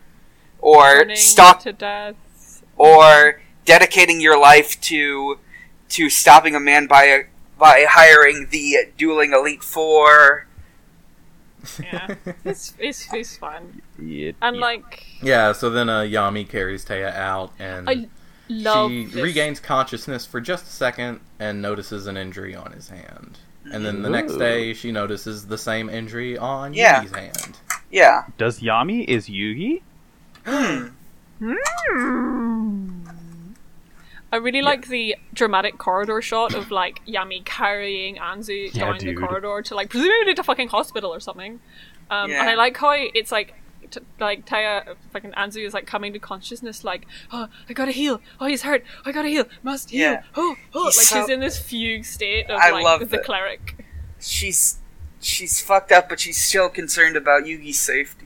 D: or
B: Burning
D: stop
B: to death.
D: or dedicating your life to to stopping a man by by hiring the dueling elite four.
B: Yeah. it's, it's it's fun.
C: It-
B: And
C: yeah.
B: like
A: Yeah, so then uh, Yami carries Taya out, and
B: I love
A: she
B: this.
A: regains consciousness for just a second and notices an injury on his hand. And then the next
C: Ooh.
A: day, she notices the same injury on
D: Yeah.
A: Yugi's hand.
D: Yeah.
C: does Yami is Yugi?
B: Hmm. Mm. I really like the dramatic corridor shot of like Yami carrying Anzu
C: Yeah,
B: down
C: dude.
B: the corridor to like presumably to fucking hospital or something. Um,
D: Yeah.
B: And I like how it's like t- like Taya fucking Anzu is like coming to consciousness like oh I gotta heal oh he's hurt I gotta heal must heal
D: Yeah.
B: oh oh like
D: He's so-
B: she's in this fugue state of
D: I
B: like
D: love
B: the
D: it.
B: cleric.
D: She's she's fucked up, but she's still concerned about Yugi's safety.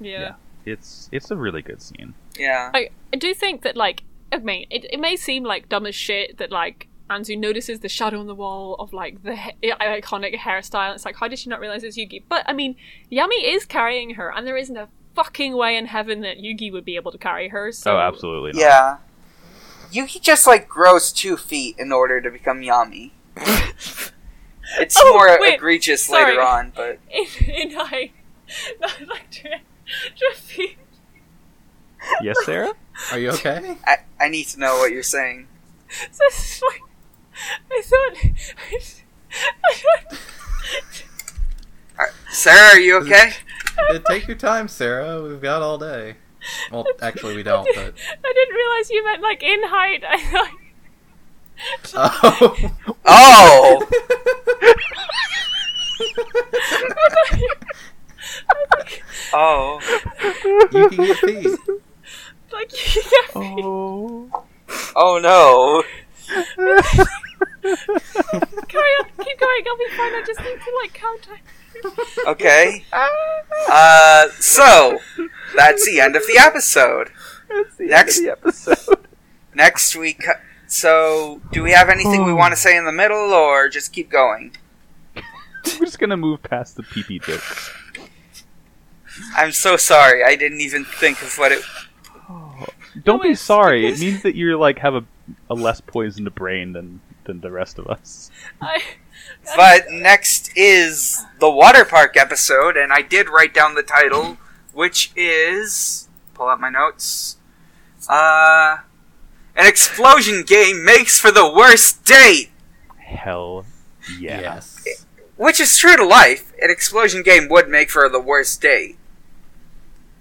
B: Yeah.
C: Yeah. It's it's a really good scene.
D: Yeah.
B: I I do think that like I mean it, it may seem like dumb as shit that like Anzu notices the shadow on the wall of like the ha- iconic hairstyle. It's like how did she not realize it's Yugi? But I mean Yami is carrying her, and there isn't a fucking way in heaven that Yugi would be able to carry her. So
C: oh, absolutely. Not.
D: Yeah. Yugi just like grows two feet in order to become Yami. it's
B: Oh,
D: more
B: wait,
D: egregious
B: sorry.
D: later on, but
B: In, in I, not like to, to be-
C: Yes, Sarah.
A: Are you okay?
D: I, I need to know what you're saying.
B: so it's like, I thought. I thought
D: Sarah, are you okay?
A: Uh, Take your time, Sarah. We've got all day. Well, actually, we don't, but.
B: I didn't realize you meant like in height. I thought
A: Oh!
B: I thought you- I thought you-
D: Oh, oh,
A: you can get feet.
B: like you get me.
C: Oh.
D: oh no!
A: Uh,
B: Carry on, keep going. I'll be fine. I just need to like count.
D: Okay. Uh, so that's the end of the episode.
C: That's the
D: Next-
C: end of the episode.
D: Next week. So, do we have anything
B: Oh.
D: we want to say in the middle, or just keep going?
C: We're just gonna move past the pee pee bit.
D: I'm so sorry. I didn't even think of what it.
C: Oh, Don't be
B: it's-
C: sorry. It means that you're like have a, a less poisoned brain than than the rest of us.
B: I,
D: But next is the water park episode, and I did write down the title, which is pull out my notes. Uh, an explosion game makes for the worst date,
C: Hell yeah.
A: Yes.
D: which is true to life. An explosion game would make for the worst date.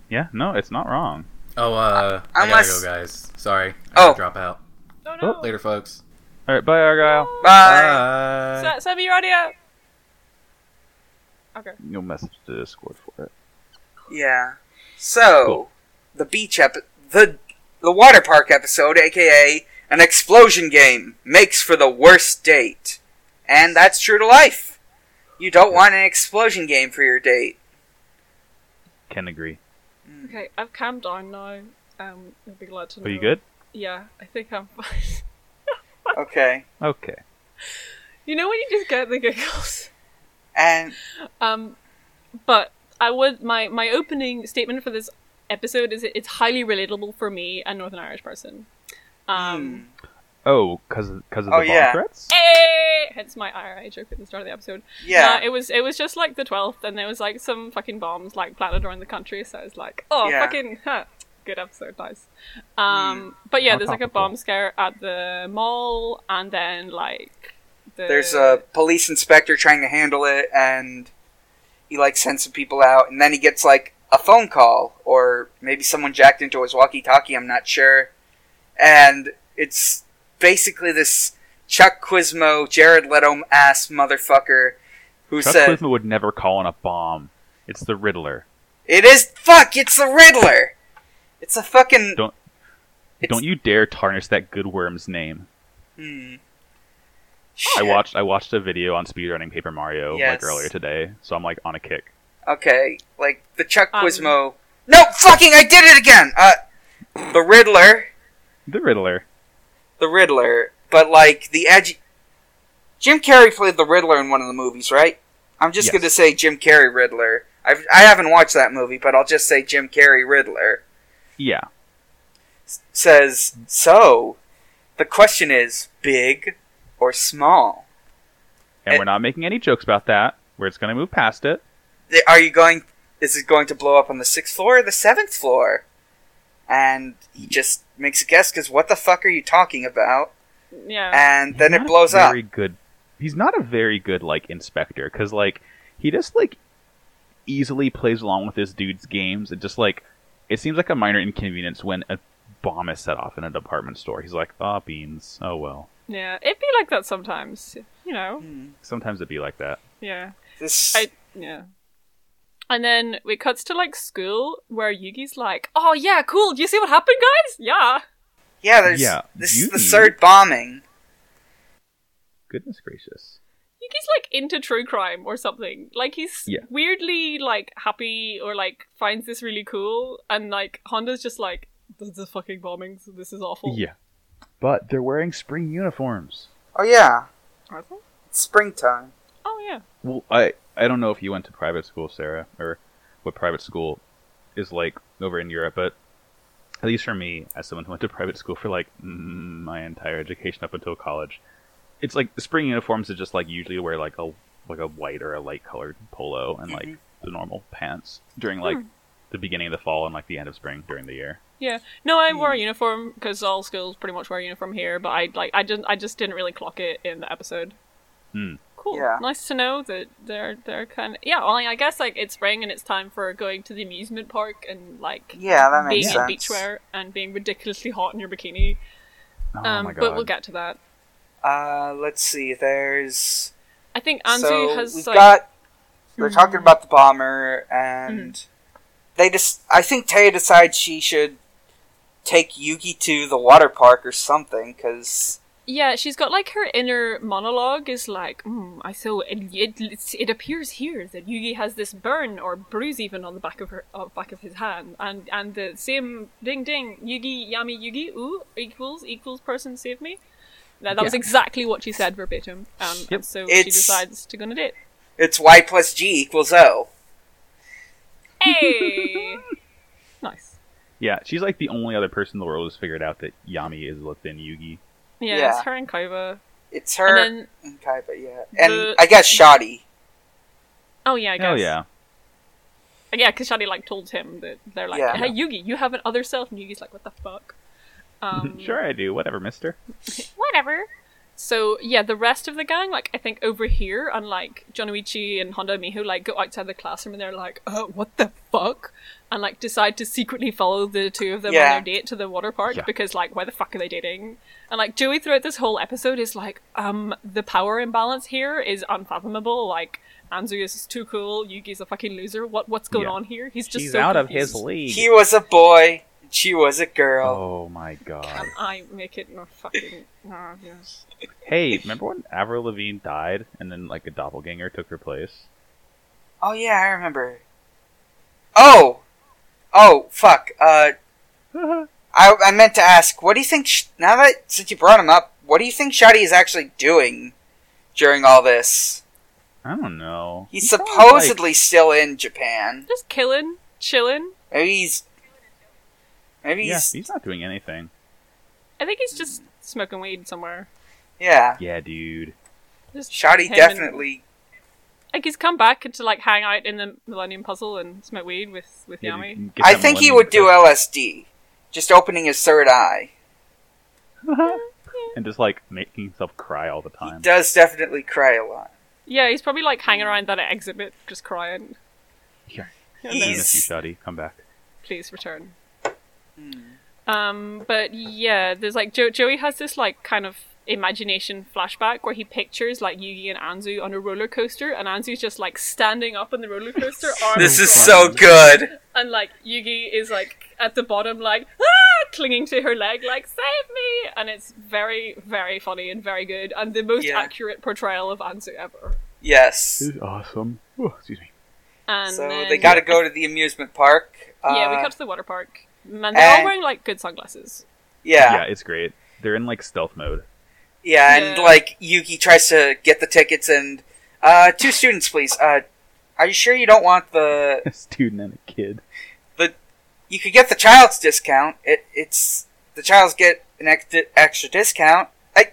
C: Yeah, no, it's not wrong.
A: Oh, uh, I
D: Unless-
A: gotta go, guys. Sorry. I
D: Oh.
A: gotta drop out.
B: oh no.
A: Later, folks.
C: All right, bye Argyle.
D: Bye.
A: Bye.
B: So, send me your audio. Okay.
C: You'll message the Discord for it.
D: Yeah. So
C: Cool.
D: the beach ep- the the water park episode, aka an explosion game, makes for the worst date, and that's true to life. You don't want an explosion game for your date.
C: Can agree.
B: Okay, I've calmed down now. Um, I'd be glad to know.
C: Are you good?
B: Yeah, I think I'm fine.
D: Okay.
C: Okay.
B: You know when you just get the giggles.
D: And
B: Um, but I would my my opening statement for this episode is it- it's highly relatable for me, a Northern Irish person. Um,
C: Oh, because of, 'cause of the
D: Oh,
C: bomb
D: yeah.
C: threats?
B: eh, hence my IRA joke at the start of the episode.
D: hmm, yeah,
B: Uh, it was it was just like the twelfth, and there was like some fucking bombs like planted around the country. So I was like, oh
D: Yeah. Mm.
B: fucking huh. good episode, nice. Um, but yeah,
C: How
B: there's like a
C: topical.
B: bomb scare at the mall, and then like the,
D: there's a police inspector trying to handle it, and he like sends some people out, and then he gets like a phone call, or maybe someone jacked into his walkie-talkie. I'm not sure, and it's basically this Chuck Quizmo, Jared Leto ass motherfucker who
C: Chuck
D: said,
C: Kuzma would never call on a bomb. It's the Riddler.
D: "It is fuck. It's the Riddler. It's a fucking
C: Don't-
D: It's-
C: Don't you dare tarnish that good worm's name.
D: Hmm.
C: I
D: Shit.
C: watched I watched a video on speedrunning Paper Mario
D: Yes.
C: like earlier today, so I'm like on a kick.
D: Okay, like the Chuck
B: Um,
D: Quizmo. No, fucking, I did it again. Uh, the Riddler,
C: The Riddler.
D: the Riddler, but like the edgy. Jim Carrey played the Riddler in one of the movies, right? I'm just
C: Yes.
D: going to say Jim Carrey Riddler. I've, I haven't watched that movie, but I'll just say Jim Carrey Riddler
C: Yeah.
D: S- says. So, the question is, big or small?
C: And
D: Eh.
C: we're not making any jokes about that. We're just gonna move past it.
D: Th- Are you going? Is it going to blow up on the sixth floor or the seventh floor? And he just makes a guess because what the fuck are you talking about?
B: yeah.
D: and then
C: He's
D: it
C: not a
D: blows up.
C: very good. He's not a very good like inspector because like he just like easily plays along with this dude's games. It just like it seems like a minor inconvenience when a bomb is set off in a department store. He's like, ah, beans. Oh well.
B: Yeah, it'd be like that sometimes, you know.
C: Sometimes it'd be like that.
B: Yeah,
D: Hmm. This
B: I yeah. And then it cuts to like school where Yugi's like, "Oh yeah, cool. Do you see what happened, guys? Yeah."
D: yeah, there's
C: Yeah,
D: this
C: you
D: is the
C: need-
D: third bombing.
C: Goodness gracious.
B: Yugi's like into true crime or something. Like he's
C: Yeah.
B: weirdly like happy or like finds this really cool, and like Honda's just like, "This is fucking bombings. This is awful."
C: Yeah, but they're wearing spring uniforms.
D: Oh yeah,
B: Are they?
D: it's springtime.
B: Oh yeah.
C: Well, I I don't know if you went to private school, Sarah, or what private school is like over in Europe, but at least for me, as someone who went to private school for like mm, my entire education up until college, it's like the spring uniforms is just like usually wear like a like a white or a light colored polo and like
D: Mhm.
B: Mm-hmm.
C: the normal pants during
B: Hmm.
C: like the beginning of the fall and like the end of spring during the year.
B: Yeah. No, I
C: Mm.
B: wore a uniform because all schools pretty much wear a uniform here, but I like I didn't I just didn't really clock it in the episode.
C: Hmm.
B: Cool.
D: Yeah.
B: Nice to know that they're they're kind of yeah. Well, I guess like it's spring and it's time for going to the amusement park and like
D: Yeah, that
B: being
D: makes
B: in
D: sense.
B: beachwear and being ridiculously hot in your bikini.
C: Oh
B: um,
C: my god!
B: but we'll get to that.
D: Uh, let's see. There's
B: I think Anzu
D: so
B: has
D: we've
B: like
D: got. They're
B: Mhm.
D: talking about the bomber, and
B: Mm-hmm.
D: they just. I think Taya decides she should take Yugi to the water park or something because
B: yeah, she's got like her inner monologue is like, mm, I so it, it it appears here that Yugi has this burn or bruise even on the back of her uh, back of his hand, and and the same ding ding Yugi Yami Yugi ooh equals equals person save me. Now, that was
C: Yeah.
B: exactly what she said verbatim, um, and so she
D: It's-
B: decides to go on a date.
D: it's Y plus G equals O.
B: Hey, nice.
C: yeah, she's like the only other person in the world who's figured out that Yami is within Yugi.
B: Yeah,
D: Yeah.
B: it's her and Kaiba,
D: It's
B: and
D: her and,
B: then
D: Kaiba, yeah,
B: the-
D: and I guess Shoddy.
B: oh yeah, I guess
C: Hell yeah!
B: Yeah, because Shadi like told him that they're like,
D: Yeah.
B: "Hey, Yugi, you have an other self," and Yugi's like, "What the fuck?" Um,
C: Sure, I do. Whatever, Mister.
B: whatever. So yeah, the rest of the gang, like I think over here, and like Jonoichi and Honda Miho, like go outside the classroom and they're like, "Uh, what the fuck?" and like decide to secretly follow the two of them on
D: Yeah.
B: their date to the water park
C: Yeah.
B: because like why the fuck are they dating? And like Joey throughout this whole episode is like, um, the power imbalance here is unfathomable. Like Anzu is too cool, Yugi's a fucking loser. What what's going
C: Yeah.
B: on here? He's just
C: She's
B: so
C: out of his
B: confused.
C: league.
D: He was a boy. She was a girl.
C: Oh my god.
B: Can I make it more fucking? Ah, yes.
C: Hey, remember when Avril Lavigne died and then like a doppelganger took her place?
D: Oh yeah, I remember. Oh, oh fuck. Uh, I I meant to ask. What do you think? Sh- now that since you brought him up, what do you think Shoddy is actually doing during all this?
C: I don't know.
D: He's,
C: He's probably, like-
D: supposedly still in Japan.
B: Just killing, chilling.
D: Maybe he's. Maybe
C: yeah,
D: he's.
C: he's not doing anything.
B: I think he's just smoking weed somewhere.
D: Yeah.
C: Yeah, dude.
B: Just
D: Shoddy
B: him and-
D: definitely.
B: like he's come back to like hang out in the Millennium Puzzle and smoke weed with with
C: Yeah,
B: Yami.
C: dude, get
D: I
C: that
D: think he
C: millennium
D: would do
C: curse.
D: LSD. Just opening his third eye.
C: and just like making himself cry all the
D: He
C: time.
D: does definitely cry a lot.
B: Yeah, he's probably like hanging around that exhibit, just crying.
C: Here.
B: And
C: I
B: then,
D: He's-
C: miss you, Shoddy. Come back.
B: please return.
D: Hmm.
B: Um, but yeah, there's like jo- Joey has this like kind of imagination flashback where he pictures like Yugi and Anzu on a roller coaster, and Anzu's just like standing up on the roller coaster. Oh arms
D: This is
B: crossed,
D: so good.
B: And like Yugi is like at the bottom, like ah, clinging to her leg, like save me. And it's very, very funny and very good, and the most
D: Yeah.
B: accurate portrayal of Anzu ever.
D: Yes.
C: This is awesome. Oh, excuse me.
B: And
D: so
B: then-
D: they got to go to the amusement park. Uh,
B: yeah, we cut to the water park. Man, they're all
D: and-
B: wearing like good sunglasses.
D: yeah,
C: yeah, it's great. They're in like stealth mode.
D: yeah, and
B: Yeah.
D: like Yuki tries to get the tickets, and uh, two students, please. Uh, are you sure you don't want the?
C: A student and a kid.
D: You could get the child's discount. It, it's the child's get an ex- extra discount. I,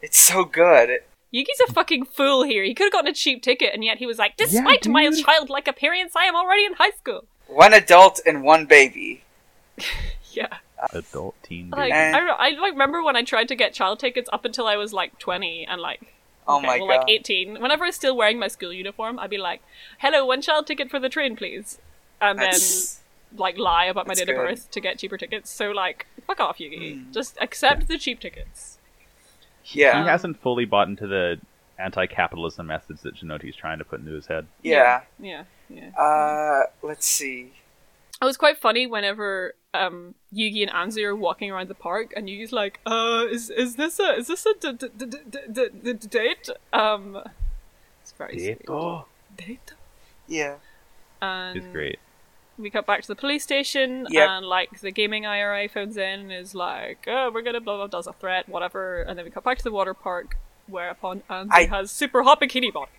D: it's so good.
B: Yugi's a fucking fool here. He could have gotten a cheap ticket, and yet he was like,
C: Yeah,
B: despite my
C: dude.
B: childlike appearance, I am already in high school.
D: One adult and one baby.
B: Yeah,
D: Uh,
C: Adult teen.
B: like
D: And-
B: I, don't know, I like remember when I tried to get child tickets up until I was like twenty and like
D: Oh
B: okay,
D: my
B: well,
D: god!
B: like eighteen. Whenever I was still wearing my school uniform, I'd be like, "Hello, one child ticket for the train, please," and
D: That's-
B: then like lie about my
D: that's
B: date of
D: good.
B: birth to get cheaper tickets. So like, fuck off, Yugi.
D: Mm.
B: Just accept the cheap tickets.
D: yeah,
C: he hasn't fully bought into the anti-capitalism message that Janote's trying to put into his head.
D: yeah.
B: Yeah, yeah.
D: Uh, let's see.
B: It was quite funny whenever um, Yugi and Anzu are walking around the park, and Yugi's like, "Uh, is is this a is this a d- d- d- d- d- d- d- date?" Um, it's very sweet. Date.
D: Yeah,
B: And
C: It's great.
B: We cut back to the police station,
D: Yep.
B: and like the gaming IRA phones in and is like, "Oh, we're gonna blah blah does a threat, whatever." And then we cut back to the water park, whereupon Anzu
D: I-
B: has super hot bikini body.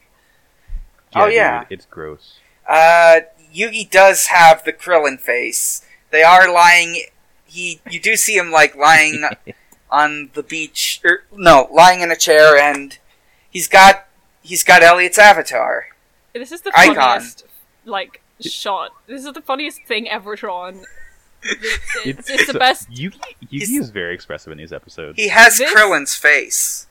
D: Oh, yeah.
C: dude, it's gross.
D: Uh, Yugi does have the Krillin face. They are lying. He, you do see him like lying on the beach, or no, lying in a chair, and he's got he's got Elliot's avatar.
B: This is the
D: Icon.
B: funniest, like, shot. This is the funniest thing ever drawn. It's, it's, it's the
C: so-
B: best.
C: Yugi,
D: He's-
C: Yugi is very expressive in these episodes.
D: He has
B: This-
D: Krillin's face.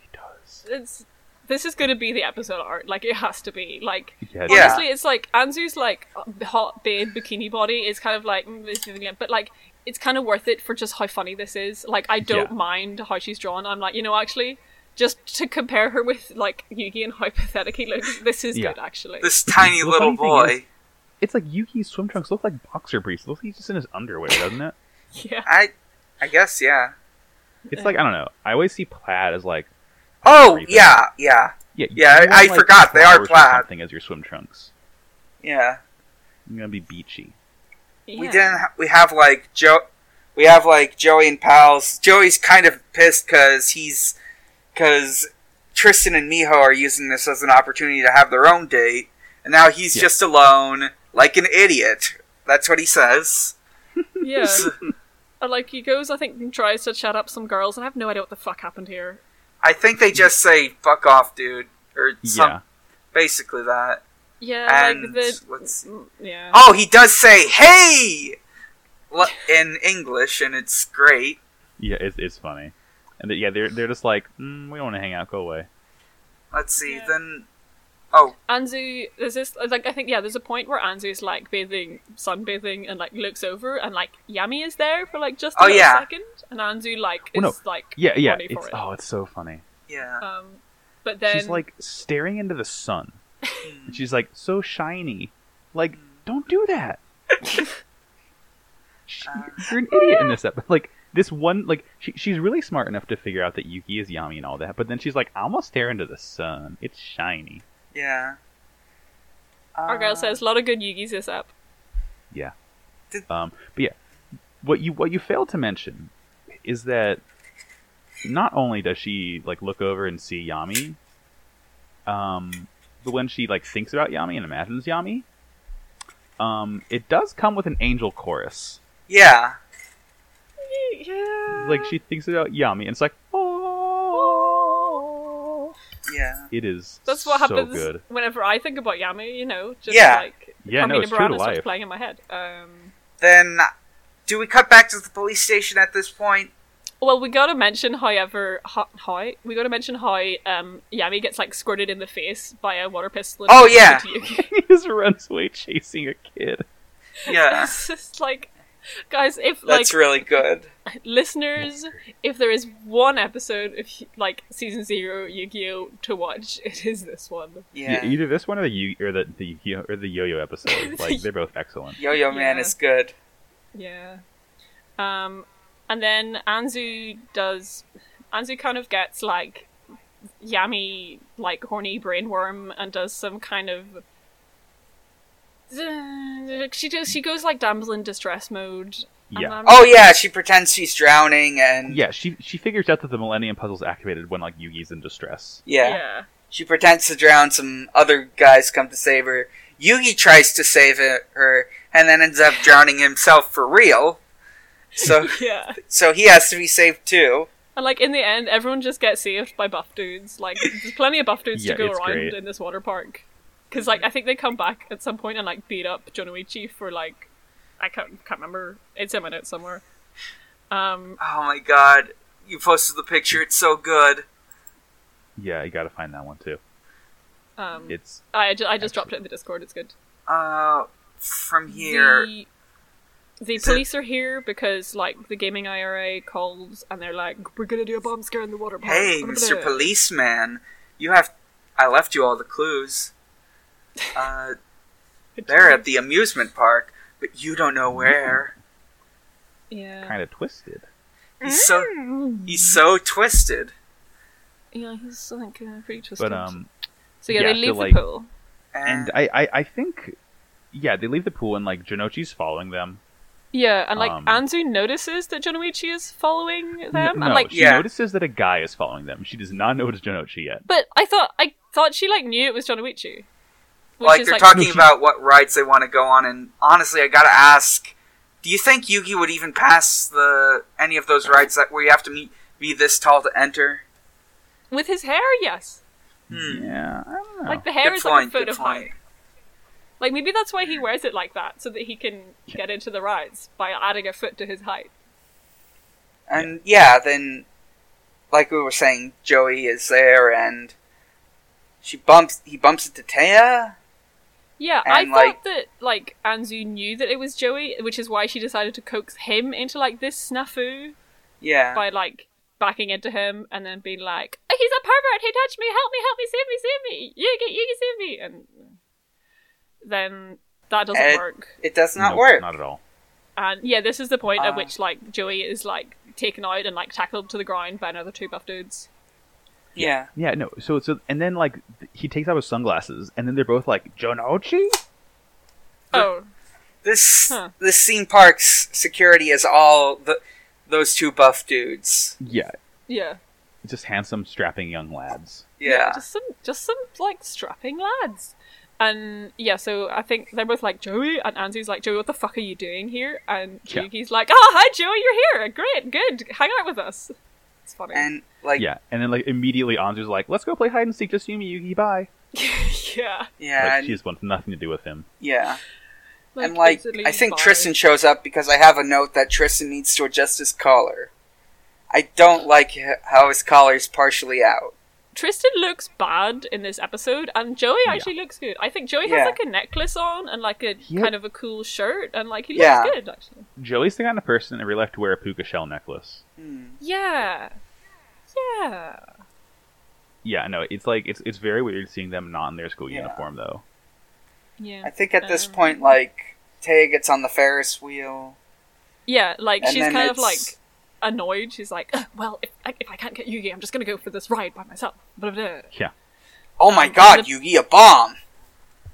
C: He does.
B: It's this is going to be the episode art. Like, it has to be. Like,
C: Yeah,
D: Yeah.
B: honestly, it's like Anzu's like hot beard bikini body is kind of like, mm, it's nothing yet, but like. It's kind of worth it for just how funny this is. Like, I don't
C: Yeah.
B: mind how she's drawn. I'm like, you know, actually, just to compare her with like Yugi and how pathetic he looks, this is
C: Yeah.
B: good actually.
D: This tiny
C: The funny
D: little
C: thing
D: boy.
C: It's like Yugi's swim trunks look like boxer briefs. Looks like he's just in his underwear, doesn't it?
B: Yeah,
D: I, I guess yeah.
C: It's like I don't know. I always see plaid as like.
D: Oh
C: brief.
D: yeah, yeah,
C: Yeah,
D: Yeah,
C: you
D: I- I
C: want,
D: forgot, they are
C: flowers or
D: plaid.
C: Something as your swim trunks.
D: yeah.
C: I'm gonna be beachy.
D: We
B: Yeah.
D: didn't. Ha- we have like Joe. We have like Joey and pals. Joey's kind of pissed because he's because Tristan and Miho are using this as an opportunity to have their own date, and now he's
C: Yeah.
D: just alone, like an idiot. That's what he says.
B: Yeah. And, like he goes, I think, and tries to chat up some girls, and I have no idea what the fuck happened here.
D: I think they just say "fuck off, dude," or some,
C: Yeah,
D: basically that.
B: Yeah, like
D: And
B: the
D: let's see.
B: Mm, yeah.
D: Oh, he does say "hey" le- in English, and it's great.
C: yeah, it's, it's funny, and yeah, they're they're just like mm, we don't want to hang out. Go away.
D: Let's see.
B: Yeah.
D: Then, oh,
B: Anzu, there's this like I think yeah, there's a point where Anzu's like bathing, sunbathing, and like looks over, and like Yami is there for like just a
D: Oh,
B: little
D: yeah.
B: second, and Anzu like is
C: Well, Oh, no.
B: like
C: Yeah, yeah.
B: horny
C: It's,
B: for it.
C: oh, it's so funny.
D: yeah.
B: Um, but then
C: She's like staring into the sun. And she's like so shiny. Like, don't do that. She-
D: Um.
C: you're an idiot in this episode. Like this one, like she, she's really smart enough to figure out that Yuki is Yami and all that, but then she's like, "I'm gonna stare into the sun. It's shiny."
D: Yeah.
B: our girl
D: Uh,
B: says, a lot of good Yugi's this up.
C: Um, but yeah, what you what you failed to mention is that not only does she like look over and see Yami, um, but when she like thinks about Yami and imagines Yami, um, it does come with an angel chorus.
D: Yeah.
B: Yeah.
C: Like she thinks about Yami, and it's like, oh,
D: Yeah.
C: it is.
B: That's what
C: so
B: happens
C: good.
B: whenever I think about Yamu, you know, just
D: Yeah.
B: like
C: Yeah, no,
B: Carmina
C: it's true to
B: Burana starts
C: life.
B: playing in my head. Um,
D: Then, do we cut back to the police station at this point?
B: well, we gotta mention, however, how, how we gotta mention how um, Yami gets like squirted in the face by a water pistol. and
D: Oh,
B: thrown
D: yeah.
B: to Yuki.
C: he just runs away chasing a kid.
D: Yeah.
B: it's just like, guys, if like
D: That's really good.
B: listeners, if there is one episode of like season zero Yu-Gi-Oh to watch, it is this one.
D: Yeah.
C: E-, either this one or the Yu- or the the Yu- or the Yo-Yo episode. like they're both excellent.
D: Yo Yo Man
B: Yeah.
D: is good.
B: Yeah. Um, and then Anzu does. Anzu kind of gets like yummy, like horny brainworm, and does some kind of. She does. She goes like damsel in distress mode. Um, and
C: Yeah.
B: I'm-
D: Oh yeah, she pretends she's drowning and
C: Yeah, she she figures out that the Millennium Puzzle's activated when like Yugi's in distress.
D: yeah.
B: yeah.
D: She pretends to drown. Some other guys come to save her. Yugi tries to save her- her, and then ends up drowning himself for real. So,
B: Yeah.
D: so he has to be saved too.
B: And like in the end, everyone just gets saved by buff dudes. Like there's plenty of buff dudes
C: Yeah,
B: to go
C: it's
B: around
C: great.
B: in this water park. Because like I think they come back at some point and like beat up Jonoichi for like I can't can't remember. It's in my notes somewhere. Um,
D: Oh my god, you posted the picture. It's so good.
C: Yeah, you got to find that one too.
B: um,
C: It's
B: I, ju- I just dropped it in the Discord. It's good.
D: Uh, from here,
B: The, the
D: Is it-
B: police are here because like the gaming IRA calls and they're like, "We're gonna do a bomb scare in the water park."
D: hey,
B: Blah, blah,
D: Mister
B: blah.
D: Policeman, you have. I left you all the clues. Uh, they're at the amusement park, but you don't know where.
B: Yeah.
C: kind of twisted.
D: He's so he's so twisted.
B: yeah, he's like uh, pretty twisted.
C: But um
B: so yeah,
C: yeah,
B: they
C: so,
B: leave
C: like-
B: the pool.
D: And,
C: and I I, I think yeah, they leave the pool and like Jinochi's following them.
B: Yeah, and like
C: Um,
B: Anzu notices that Jonoichi is following them,
C: N-
B: and
C: no,
B: like,
C: she
D: Yeah.
C: notices that a guy is following them. She does not notice Jinochi yet.
B: but I thought I thought she like knew it was Jonoichi, which
D: like
B: is
D: they're
B: like
D: talking
C: No, she-
D: about what rides they want to go on and honestly i gotta ask do you think yugi would even pass the any of those rides that where you have to meet, be this tall to enter
B: with his hair. Yes,
D: Hmm.
C: Yeah, I don't know.
B: like the hair
D: good
B: is like a
D: point
B: foot
D: good
B: of
D: point
B: height. Like maybe that's why he wears it like that, so that he can get into the rides by adding a foot to his height.
D: and yeah then like we were saying joey is there and she bumps he bumps into Taya.
B: Yeah, I
D: And, like-
B: thought that like Anzu knew that it was Joey, which is why she decided to coax him into like this snafu
D: yeah
B: by like backing into him and then being like, "Oh, "He's a pervert! He touched me! Help me! Help me! Save me! Save me! You get, you can save me!" And then that doesn't
D: Ed-
B: work.
D: it does not
C: Nope,
D: work
C: Not at all.
B: And yeah, this is the point
D: Uh.
B: at which like Joey is like taken out and like tackled to the ground by another two buff dudes.
D: yeah
C: Yeah, no. So so and then like th- he takes out his sunglasses and then they're both like Jinochi?
B: Oh,
D: this
B: Huh.
D: this theme park's security is all the those two buff dudes
C: Yeah,
B: yeah,
C: just handsome strapping young lads.
D: yeah
B: just some, just some like strapping lads. And yeah, so I think they're both like Joey, and Anzu's like Joey, what the fuck are you doing here? And
C: Yeah.
B: Yugi's like, oh hi Joey, you're here, great, good, hang out with us. It's funny.
D: and like
C: Yeah, and then like immediately Anzu's like, "Let's go play hide and seek. Just you, me, Yugi. Bye."
B: yeah.
D: yeah
C: like
D: and-
C: she just wants nothing to do with him.
D: Yeah, and like I think Tristan shows up because I have a note that Tristan needs to adjust his collar. I don't like h- how his collar's partially out.
B: Tristan looks bad in this episode, and Joey
C: Yeah.
B: actually looks good. I think Joey
D: Yeah.
B: has like a necklace on and like a
C: Yeah.
B: kind of a cool shirt, and like he looks
D: Yeah.
B: good actually.
C: Joey's the kind of person in real life to wear a puka shell necklace.
D: Hmm.
B: Yeah, yeah,
C: Yeah, no, it's like it's it's very weird seeing them not in their school
D: Yeah.
C: uniform though.
B: yeah,
D: I think at this
B: Um,
D: point, like Taya gets on the Ferris wheel,
B: yeah. Like
D: and
B: she's
D: then
B: kind of
D: it's-
B: like annoyed. She's like, "Ugh, well, if I, if I can't get Yugi, I'm just gonna go for this ride by myself. Blah, blah, blah.
D: "Oh my
B: Um,
D: God,
B: the-
D: Yugi, a bomb!"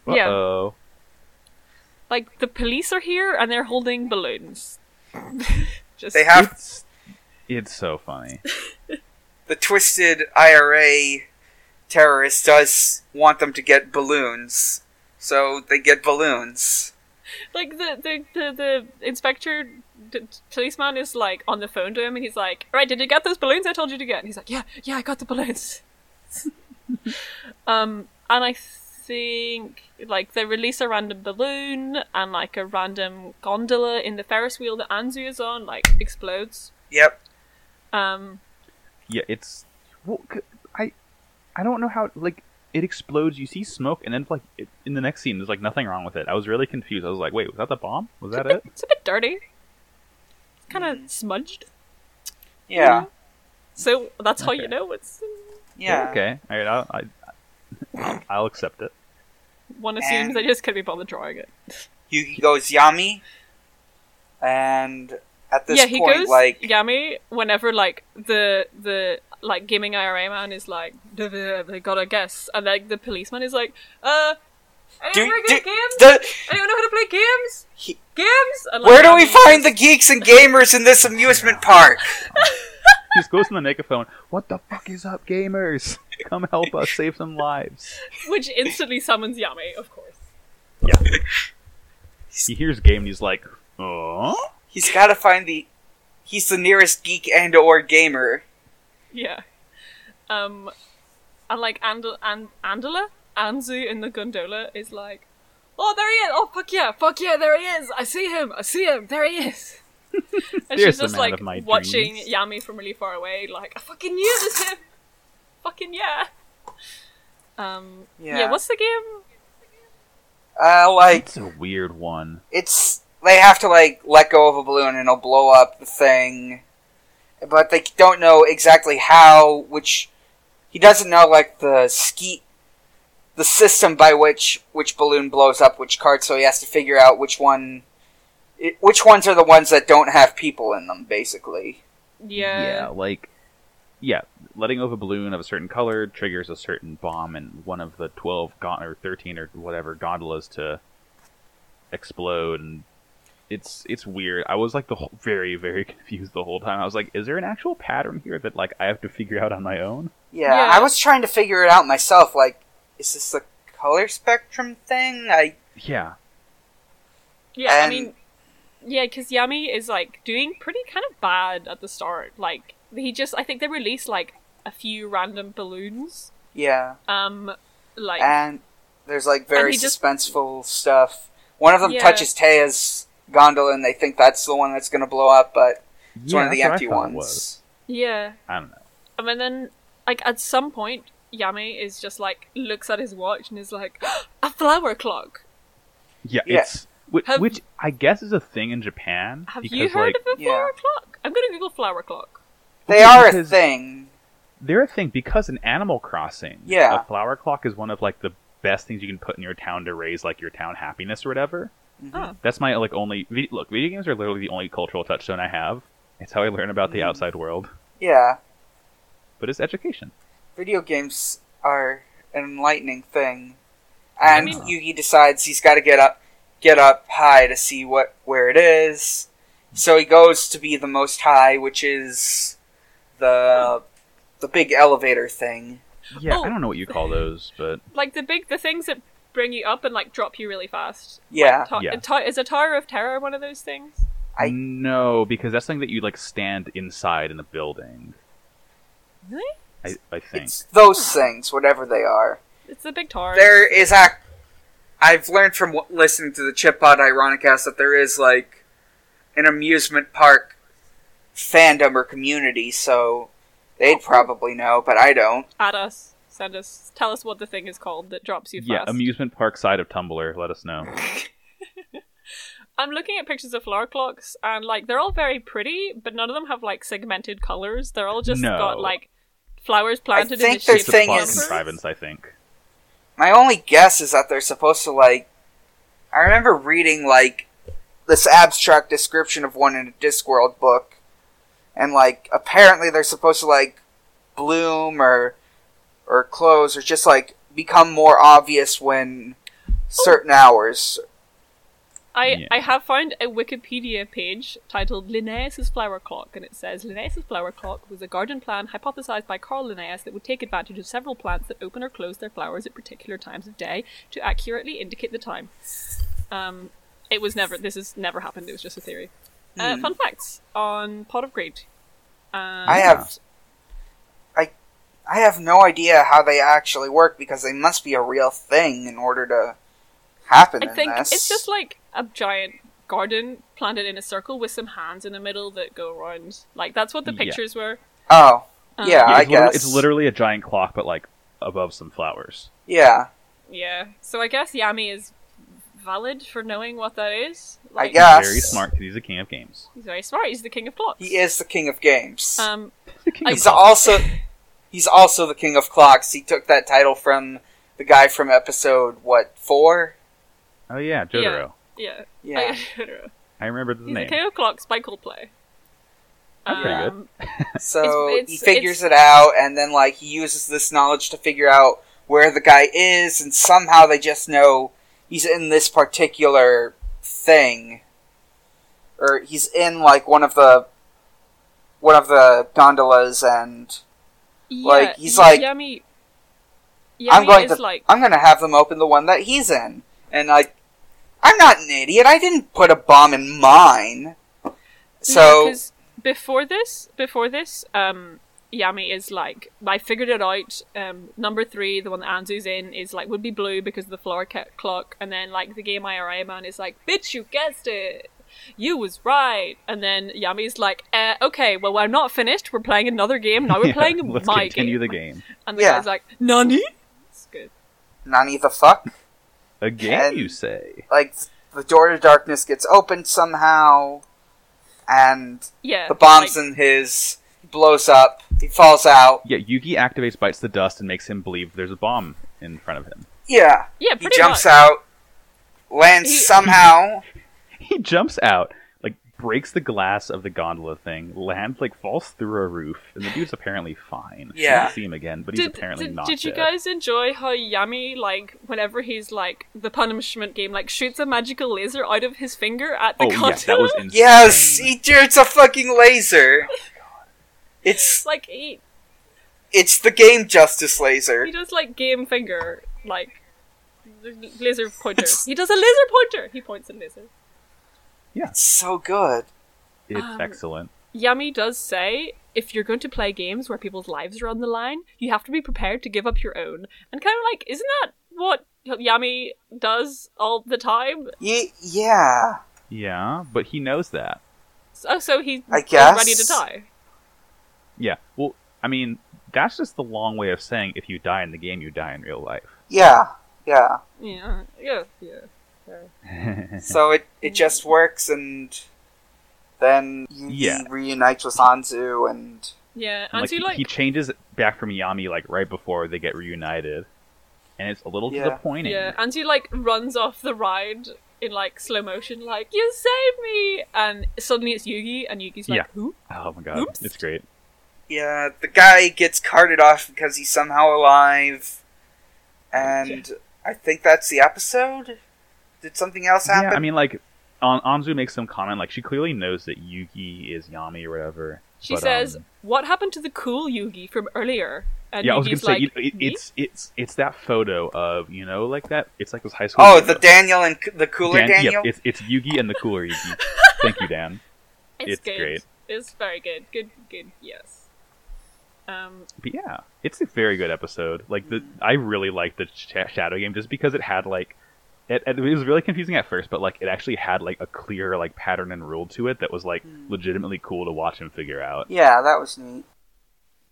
B: Yeah.
C: Uh-oh.
B: Like the police are here and they're holding balloons. just
D: They have
C: It's it's so funny.
D: the twisted IRA terrorist does want them to get balloons, so they get balloons.
B: Like the the the, the inspector the policeman is like on the phone to him, and he's like, "All right, did you get those balloons I told you to get?" And he's like, "Yeah, yeah, I got the balloons." um, and I think like they release a random balloon and like a random gondola in the Ferris wheel that Anzu is on like explodes.
D: Yep.
B: Um,
C: Yeah, it's well, c- I I don't know how like it explodes. You see smoke, and then like it, in the next scene, there's like nothing wrong with it. I was really confused. I was like, wait, was that the bomb? Was that it?
B: it's a bit dirty. It's kind of smudged.
D: Yeah.
B: So that's how you
C: Okay.
B: know it's
D: Yeah.
C: Okay. All right. I'll, I, I'll, I'll accept it.
B: one assumes
D: And-
B: they just couldn't be bothered drawing it.
D: Yuki goes Yami, and at this
B: yeah, he
D: point,
B: goes
D: like,
B: Yami whenever like the the like gaming IRA man is like "Duh, duh, duh, they gotta guess, and like the policeman is like, uh, anyone
D: do,
B: know how to
D: do,
B: play games?
D: do-
B: Anyone know how to play games?
D: He-
B: Games? And, like,
D: where do we
B: Yami-
D: find the geeks and gamers in this amusement park?
C: He just goes in the megaphone. What the fuck is up, gamers? Come help us save some lives.
B: Which instantly summons Yami, of course.
C: He hears game and he's like, oh.
D: He's got to find the. He's the nearest geek and or gamer.
B: Yeah. Um, and like Andel- and Andela, Anzu in the gondola is like, oh, there he is! Oh, fuck yeah! Fuck yeah! There he is! I see him! I see him! There he is! and
C: There's
B: she's
C: the
B: just
C: man
B: like
C: of my
B: watching
C: dreams.
B: Yami from really far away, like I fucking knew it was him. fucking yeah. Um, yeah.
D: Yeah.
B: What's the game?
D: Uh, like
C: It's a weird one.
D: it's they have to like let go of a balloon and it'll blow up the thing, but they don't know exactly how. Which he doesn't know like the ski, the system by which which balloon blows up which card. So he has to figure out which one, i- which ones are the ones that don't have people in them, basically.
C: yeah, like, yeah, letting off a balloon of a certain color triggers a certain bomb in one of the twelve gon- or thirteen or whatever gondolas to explode, and it's it's weird. I was like the whole, very very confused the whole time. I was like, is there an actual pattern here that like I have to figure out on my own?
D: Yeah,
B: Yeah.
D: I was trying to figure it out myself. Like, is this the color spectrum thing? I
C: Yeah,
B: Yeah, I
D: And-
B: mean, yeah, because Yami is like doing pretty kind of bad at the start. Like he just, I think they released like a few random balloons.
D: yeah.
B: Um, like
D: and there's like very
B: he just-
D: suspenseful stuff. One of them
B: Yeah.
D: touches Taya's gondola, and they think that's the one that's going to blow up, but it's one of the
C: that's what I
D: empty
C: thought it
D: ones.
C: was.
B: yeah,
C: I don't know.
B: I mean, then like at some point, Yami is just like looks at his watch and is like, a flower clock.
C: Yeah,
D: Yeah.
C: it's which,
B: Have-
C: which I guess is a thing in Japan.
B: Have
C: because,
B: you heard
C: like,
B: of a
D: Yeah.
B: flower clock? I'm gonna Google flower clock.
D: They
C: Okay,
D: are a
C: because-
D: thing.
C: they're a thing because in Animal Crossing,
D: Yeah.
C: a flower clock is one of like the best things you can put in your town to raise like your town happiness or whatever.
B: Oh.
C: That's my like only vi- look. Video games are literally the only cultural touchstone I have. It's how I learn about the
D: Mhm.
C: outside world,
D: Yeah,
C: but it's education.
D: video games are an enlightening thing, and
C: mean-
D: Yugi decides he's got to get up, get up high to see what where it is. So he goes to be the most high, which is the the big elevator thing.
C: Yeah,
B: Oh.
C: I don't know what you call those, but
B: Like the big the things that bring you up and like drop you really fast.
D: Yeah,
B: Ta-
C: Yeah.
B: ta- is a Tower of Terror one of those things?
D: I-
C: no, because that's something that you like stand inside in a building.
B: Really?
C: I, I think
D: it's those things, whatever they are.
B: It's the big tower.
D: there is a. I've learned from w- listening to the Chipod Ironicast that there is like an amusement park fandom or community, so they'd probably know, but I don't.
B: at us. Send us. Tell us what the thing is called that drops you
C: yeah,
B: fast.
C: amusement park side of Tumblr. Let us know.
B: I'm looking at pictures of flower clocks, and like they're all very pretty, but none of them have like segmented colors. They're all just
C: No.
B: got like flowers planted in the
D: think their
B: shape of
D: thing
C: plot
D: is-
B: flowers.
C: contrivance, I think.
D: My only guess is that they're supposed to like. I remember reading like this abstract description of one in a Discworld book, and like apparently they're supposed to like bloom or or close or just like become more obvious when certain hours
B: I,
C: Yeah.
B: I have found a Wikipedia page titled Linnaeus's Flower Clock, and it says Linnaeus's Flower Clock was a garden plan hypothesized by Carl Linnaeus that would take advantage of several plants that open or close their flowers at particular times of day to accurately indicate the time. Um, it was never, this has never happened, it was just a theory. Uh, fun facts on Pot of Greed. Um,
D: Hmm. I have, I, I have no idea how they actually work because they must be a real thing in order to happen.
B: I
D: in
B: think
D: this.
B: it's just like a giant garden planted in a circle with some hands in the middle that go around. Like that's what the
C: Yeah.
B: pictures were.
D: oh
B: Um,
D: Yeah, I
C: it's, literally,
D: guess.
C: it's literally a giant clock, but like above some flowers.
D: yeah,
B: yeah. So I guess Yami is valid for knowing what that is.
D: I guess
C: Very smart because he's a king of games.
B: He's very smart. He's the king of clocks.
D: he is the king of games.
B: Um, I-
D: he's also he's also the king of clocks. He took that title from the guy from episode what four?
C: Oh yeah, Jotaro.
B: yeah.
D: Yeah,
B: I, don't know.
C: I remember the
B: He's
C: name.
B: the king of clocks by Coldplay.
C: That's pretty good.
B: Um,
D: so
B: It's-
D: he
B: it's-
D: figures it out, and then like he uses this knowledge to figure out where the guy is, and somehow they just know he's in this particular thing, or he's in like one of the one of the gondolas, and
B: yeah,
D: Like, he's
B: Y-
D: like-
B: Yami. Yami
D: I'm going
B: is
D: to-
B: like
D: I'm gonna have them open the one that he's in, and like. I'm not an idiot. I didn't put a bomb in mine. So,
B: No, 'cause before this, before this, um, Yami is like, I figured it out. Um, number three, the one that Anzu's in, is like would be blue because of the floor ca- clock, and then like the game IRA man is like, bitch, you guessed it. You was right, and then Yami's like, uh, "Okay, well, we're not finished. We're playing another game now. We're
C: Yeah,
B: playing
C: Let's
B: my
C: continue
B: game."
C: the game.
B: and the
D: Yeah.
B: guy's like, "Nani?" It's good.
D: Nani the fuck?
C: A game,
D: And-
C: you say?
D: Like, the door to darkness gets opened somehow, and
B: Yeah,
D: the bomb's
B: like,
D: in his. He blows up. He falls out.
C: Yeah, Yugi activates Bites the Dust and makes him believe there's a bomb in front of him.
D: Yeah.
B: yeah,
D: He
B: pretty
D: jumps
B: much.
D: out, lands
B: He-
D: somehow.
C: He jumps out, like breaks the glass of the gondola thing, lands like falls through a roof, and the dude's apparently fine. We
D: Yeah.
C: don't see him again, but he's apparently
B: did,
C: not.
B: did you
C: dead.
B: guys enjoy how Yami, like, whenever he's like the punishment game, like shoots a magical laser out of his finger at the
C: Oh
B: gondola?
C: yes, that was insane.
D: Yes, he shoots a fucking laser. It's
B: like he
D: it's the game Justice Laser.
B: he does like game finger like l- laser pointer.
D: It's-
B: he does a laser pointer. He points a laser.
D: It's so good.
C: It's
B: Um,
C: excellent.
B: Yami does say if you're going to play games where people's lives are on the line, you have to be prepared to give up your own. And kind of like, isn't that what Yami does all the time?
D: Ye- yeah.
C: Yeah, but he knows that.
B: So, so he's
D: I
B: like,
D: guess.
B: ready to die.
C: Yeah. Well, I mean, that's just the long way of saying if you die in the game, you die in real life.
D: Yeah. Yeah.
B: Yeah, yeah, yeah.
C: Mm-hmm.
D: So it, it just works, and then Yugi
C: Yeah.
D: reunites with Hanzu, and
B: Yeah,
C: And,
B: and
C: like,
B: so
C: he-
B: like,
C: he changes back from Yami like right before they get reunited, and it's a little
D: Yeah.
C: disappointing.
B: yeah, and he like runs off the ride in like slow motion, like you saved me, and suddenly it's Yugi, and Yugi's like,
C: Yeah.
B: who?
C: Oh my god,
B: Oops.
C: it's great.
D: yeah, the guy gets carted off because he's somehow alive, and I think that's the episode. Did something else happen?
C: Yeah, I mean, like, An- Anzu makes some comment like she clearly knows that Yugi is Yami or whatever.
B: She
C: but,
B: says,
C: um,
B: "What happened to the cool Yugi from earlier?" And
C: "Yeah, I was
B: Yugi's
C: gonna say
B: like,
C: you- it,
B: "Me?"
C: it's it's it's that photo of you know like that. It's like this high school.
D: oh,
C: photo.
D: the Daniel and c- the cooler
C: Dan-
D: Daniel.
C: Yep, it's it's Yugi and the cooler Yugi. Thank you, Dan.
B: It's,
C: it's
B: good.
C: great.
B: It's very good. Good, good. Yes. Um.
C: But yeah, it's a very good episode. Like the, I really liked the Sh- Shadow Game just because it had like, it, it was really confusing at first, but like it actually had like a clear like pattern and rule to it that was like legitimately cool to watch and figure out. It
D: yeah, that was neat.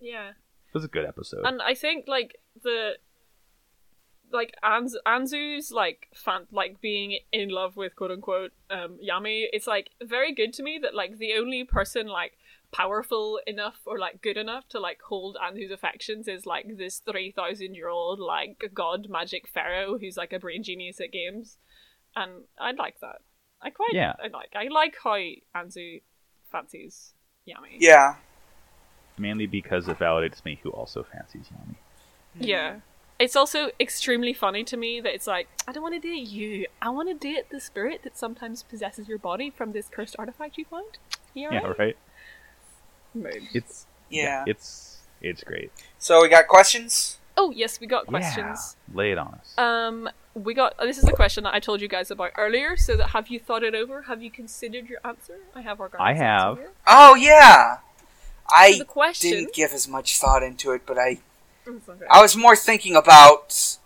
B: Yeah.
C: was a good episode.
B: And I think like the like Anz- Anzu's like fan like being in love with quote unquote um Yami, it's like very good to me that like the only person like powerful enough or like good enough to like hold Anzu's affections is like this three thousand year old like god magic pharaoh who's like a brain genius at games. And I like that. I quite
C: Yeah.
B: I like I like how Anzu fancies Yami.
D: Yeah.
C: Mainly because it validates me, who also fancies Yami.
B: Yeah. It's also extremely funny to me that it's like, I don't want to date you. I want to date the spirit that sometimes possesses your body from this cursed artifact you find. You
C: Yeah,
B: alright?
C: right.
B: Mood.
C: It's
D: Yeah.
C: it's it's great.
D: So we got questions.
B: Oh, yes, we got questions.
C: Yeah. Lay it on us.
B: Um, we got this is the question that I told you guys about earlier. So that have you thought it over? Have you considered your answer? I have our guys.
C: I have.
D: Oh yeah,
B: So
D: I
B: the question.
D: didn't give as much thought into it, but I
B: Oh, it's okay.
D: I was more thinking about.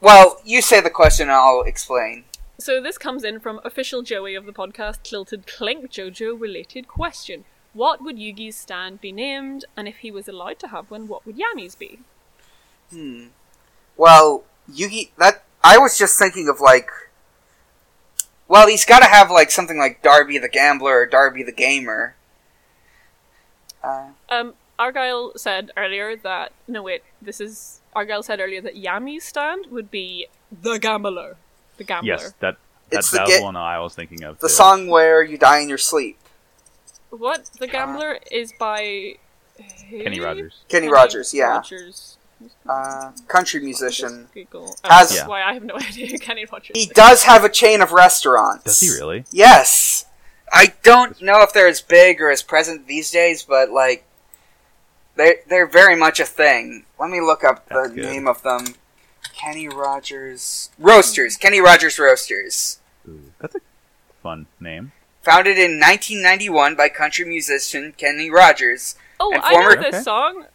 D: Well, you say the question, and I'll explain.
B: So this comes in from official Joey of the podcast Tilted Clink Jojo related question. What would Yugi's stand be named, and if he was allowed to have one, what would Yami's be?
D: Hmm. Well, Yugi, that I was just thinking of like. Well, he's got to have like something like Darby the Gambler or Darby the Gamer. Uh,
B: Um, Argyle said earlier that no wait, this is Argyle said earlier that Yami's stand would be the gambler. The gambler.
C: yes, that that,
D: It's the
C: that was
D: ga-
C: one I was thinking of.
D: the
C: too.
D: song where you die in your sleep,
B: What? The Gambler is by who?
C: Kenny Rogers.
D: Kenny Rogers. Yeah,
B: Rogers.
D: uh, country musician.
B: Just Google.
D: Has-
B: That's
C: Yeah.
B: why I have no idea who Kenny Rogers
D: He
B: is.
D: does have a chain of restaurants.
C: Does he really?
D: Yes. I don't know if they're as big or as present these days, but like they they're very much a thing. Let me look up the
C: That's good.
D: name of them. Kenny Rogers Roasters. Kenny Rogers Roasters.
C: Ooh, that's a fun name.
D: Founded in 1991 by country musician Kenny Rogers.
B: Oh,
D: and
B: I know
D: former-
B: this
C: Okay.
B: song.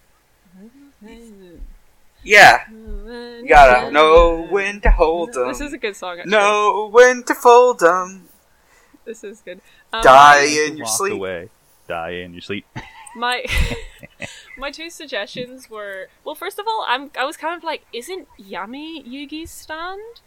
D: Yeah,
B: You
D: you gotta know when to hold them.
B: This is a good song. Actually.
D: know when to fold them.
B: this is good. Um,
D: Die in your
C: Walk
D: sleep.
C: away. Die in your sleep.
B: My my two suggestions were well, first of all, I'm I was kind of like, isn't Yami Yugi's stand?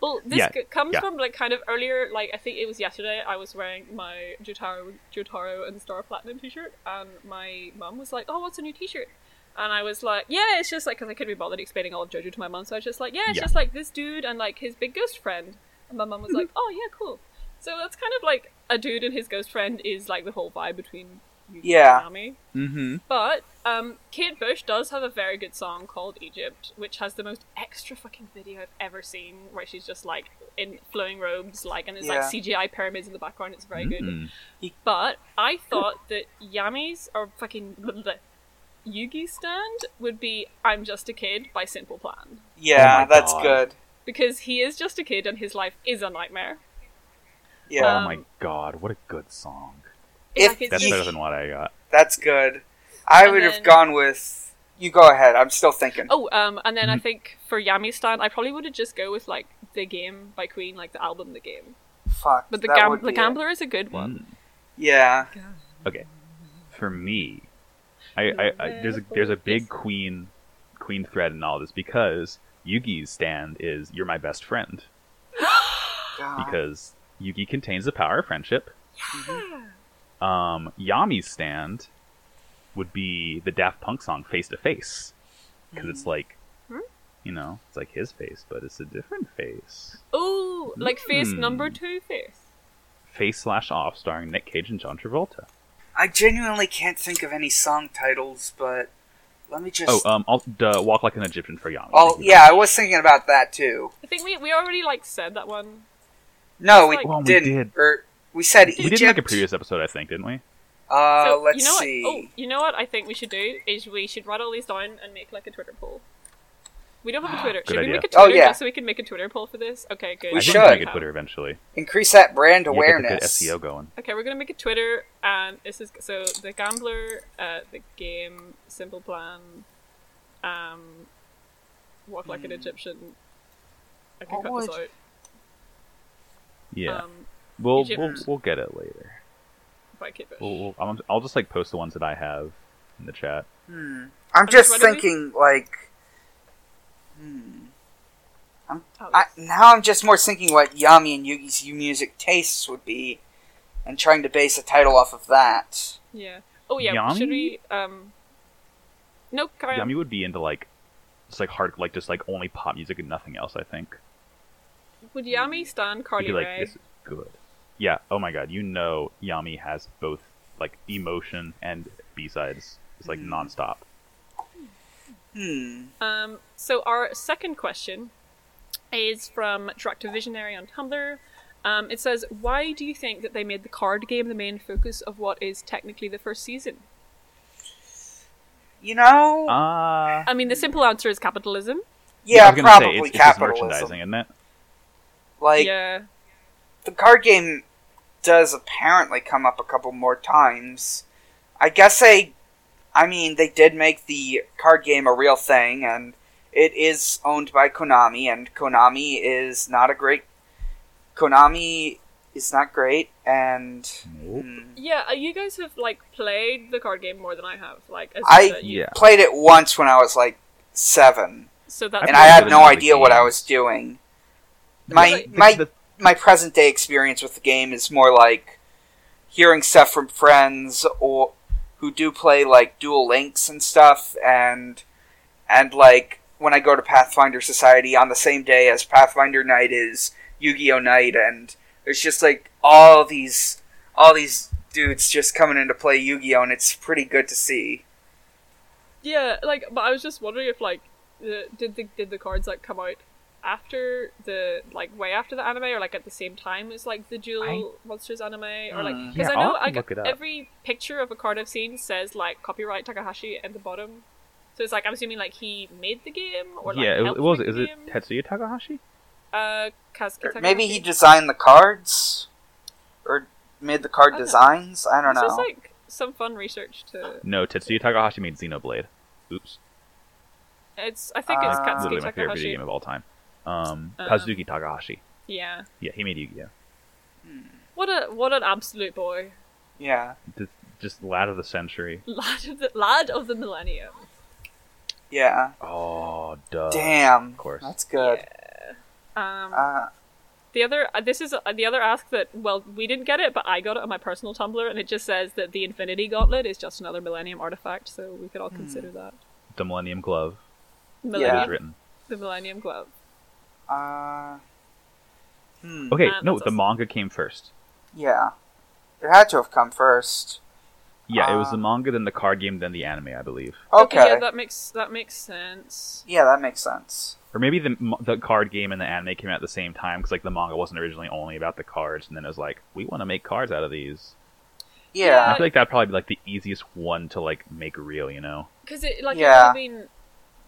B: Well, this
C: Yeah,
B: c- comes
C: yeah.
B: from like kind of earlier. Like I think it was yesterday. I was wearing my Jotaro, Jotaro and Star Platinum T-shirt, and my mum was like, "Oh, what's a new T-shirt?" And I was like, "Yeah, it's just like because I couldn't be bothered explaining all of JoJo to my mum, so I was just like, yeah, it's
C: Yeah.
B: just like this dude and like his big ghost friend." And my mum was like, "Oh yeah, cool." So that's kind of like a dude and his ghost friend is like the whole vibe between Yugi
D: Yeah.
B: and Yami.
C: Mm-hmm.
B: But um, Kate Bush does have a very good song called Egypt, which has the most extra fucking video I've ever seen, where she's just like in flowing robes, like, and it's
D: Yeah.
B: like CGI pyramids in the background. It's very
C: Mm-hmm.
B: good.
C: Mm.
B: But I thought that Yami's or fucking blah, blah, blah, Yugi stand would be "I'm Just a Kid" by Simple Plan,
D: Yeah,
C: Oh my
D: that's
C: God.
D: good.
B: because he is just a kid and his life is a nightmare.
D: Yeah,
B: Um,
C: oh my god, what a good song.
B: It's
D: If
B: like his
C: That's
D: you-
C: better than what I got.
D: that's good. I
B: And
D: would have
B: then-
D: gone with you go ahead. I'm still thinking.
B: Oh, um, and
C: Mm-hmm.
B: then I think for Yami stand, I probably would have just go with like the game by Queen, like the album, the game.
D: Fuck.
B: But the,
D: that
B: gam-
D: would
B: the
D: be
B: gambler is a good
C: Mm-hmm.
B: one.
D: Yeah.
C: For me, I, I, I there's a, there's a big queen queen thread in all this because Yugi's stand is you're my best friend
D: God.
C: because Yugi contains the power of friendship. Um, Yami's stand would be the Daft Punk song Face to Face because it's like
B: Hmm?
C: you know it's like his face but it's a different face.
B: Oh, like face
C: Hmm.
B: number two face.
C: Face slash off starring Nick Cage and John Travolta.
D: I genuinely can't think of any song titles, but let me just.
C: Oh, um, I'll, duh, walk like an Egyptian for Yami.
D: oh yeah, I was thinking about that too.
B: I think we, we already like said that one.
D: No,
B: It's
D: we
B: like-
C: Well, we
D: didn't.
C: did.
D: Or we said
C: we
D: Egypt.
C: did like a previous episode, I think, didn't we?
D: Uh,
B: So,
D: let's
B: you know
D: see.
B: What, oh, you know what I think we should do is we should write all these down and make like a Twitter poll. We don't have a Twitter.
C: Good
B: should we
C: idea.
B: make a
D: Oh,
B: Twitter
D: yeah.
B: just so we can make a Twitter poll for this? Okay, good.
D: We
C: I think
D: should.
C: we make a Twitter eventually.
D: Increase that brand
C: Yeah, get the good E
D: awareness.
C: SEO going.
B: Okay, we're gonna make a Twitter, and this is so the gambler, uh, the game, simple plan, um, walk like an
C: Hmm.
B: Egyptian. I can
D: What
B: cut
D: would-
B: this out.
C: Yeah,
B: Um,
C: we'll,
B: Egypt-
C: we'll we'll get it later.
B: by Kate Bush.
C: We'll, we'll, I'll, I'll just like post the ones that I have in the chat.
D: Hmm. I'm
B: Okay,
D: just
B: what do we-
D: thinking, like. Hmm.
B: Oh,
D: I, now I'm just more thinking what Yami and Yugi's music tastes would be, and trying to base a title off of that.
B: yeah. Oh yeah.
C: Yami?
B: Should we? Um. No, carry on.
C: Yami would be into like just like hard like just like only pop music and nothing else. I think.
B: Would Yami stand
C: He'd
B: Carly
C: be like,
B: Rae?
C: this is good. Yeah. Oh my god, you know Yami has both
D: Mm.
C: like emotion and B sides. It's like
D: Mhm.
C: nonstop.
D: Hmm.
B: Um, so our second question is from Director Visionary on Tumblr. Um, it says, "Why do you think that they made the card game the main focus of what is technically the first season?"
D: You know?
C: Ah,
B: I mean, the simple answer is capitalism.
D: yeah,
C: I was gonna
D: probably
C: say, it's, It's just
D: capitalism.
C: merchandising, isn't it?
D: like
B: yeah,
D: the card game does apparently come up a couple more times. I guess they, I mean, they did make the card game a real thing, and it is owned by Konami, and Konami is not a great. Konami is not great, and hmm,
B: yeah. uh, You guys have like played the card game more than I have. Like, as
D: I-
B: uh, you-
C: Yeah.
D: played it once when I was like seven,
B: So that's
D: and
C: played
D: I had
C: it
D: no
C: in other
D: idea what I
C: games.
D: was doing. My
B: like-
D: my
C: The-
D: my present day experience with the game is more like hearing stuff from friends or who do play like dual links and stuff and and like when I go to Pathfinder Society on the same day as Pathfinder Night is Yu-Gi-Oh Night and there's just like all these all these dudes just coming in to play Yu-Gi-Oh and it's pretty good to see.
B: Yeah, like, but I was just wondering if like, the, did the did the cards like come out after the like way after the anime, or like at the same time as like the Jewel Monsters anime, or like
D: Mm.
B: because
C: Hmm. Yeah,
B: I know
C: I'll have to
B: like
C: look it up.
B: every picture of a card I've seen says like copyright Takahashi at the bottom, so it's like I'm assuming like he made the game or like
C: yeah, it,
B: helped
C: it was.
B: make
C: Is
B: the
C: it
B: game.
C: Tetsuya Takahashi?
B: uh Kazuki Takahashi?
D: Maybe he designed the cards or made the card
B: I don't know.
D: designs. I don't
B: It's
D: know.
B: just like some fun research to.
C: No, Tetsuya Takahashi made Xenoblade. Oops,
B: It's I think it's
D: Uh,
B: Katsuki
C: Ah, literally my favorite video
B: Takahashi.
C: game of all time. Um,
B: Um,
C: Kazuki Takahashi.
B: Yeah,
C: Yeah, he made Yu-Gi-Oh.
B: what a what an absolute boy,
D: yeah.
C: Just, just lad of the century.
B: lad of the lad of the millennium.
D: Yeah.
C: Oh, duh.
D: Damn. Of
C: course.
D: That's good.
B: Um,
D: Uh,
B: The other, uh, this is uh, the other ask that. Well, we didn't get it, but I got it on my personal Tumblr, and it just says that the Infinity Gauntlet is just another Millennium artifact, so we could all consider that
C: The Millennium Glove. It
B: Millennium,
C: is written.
B: the Millennium Glove.
D: uh, hmm.
C: Okay,
B: Uh,
C: no,
B: that's
C: the
B: awesome.
C: manga came first.
D: Yeah. It had to have come first.
C: Yeah, it was
D: Ah.
C: the manga, then the card game, then the anime, I believe.
D: Okay.
B: yeah, that makes that makes sense.
D: yeah, that makes sense.
C: Or maybe the m- the card game and the anime came out at the same time because like the manga wasn't originally only about the cards, and then it was like we want to make cards out of these. And
D: Yeah.
C: I feel like that'd probably be like the easiest one to like make real, you know?
B: Because it, like,
D: Yeah.
B: I mean,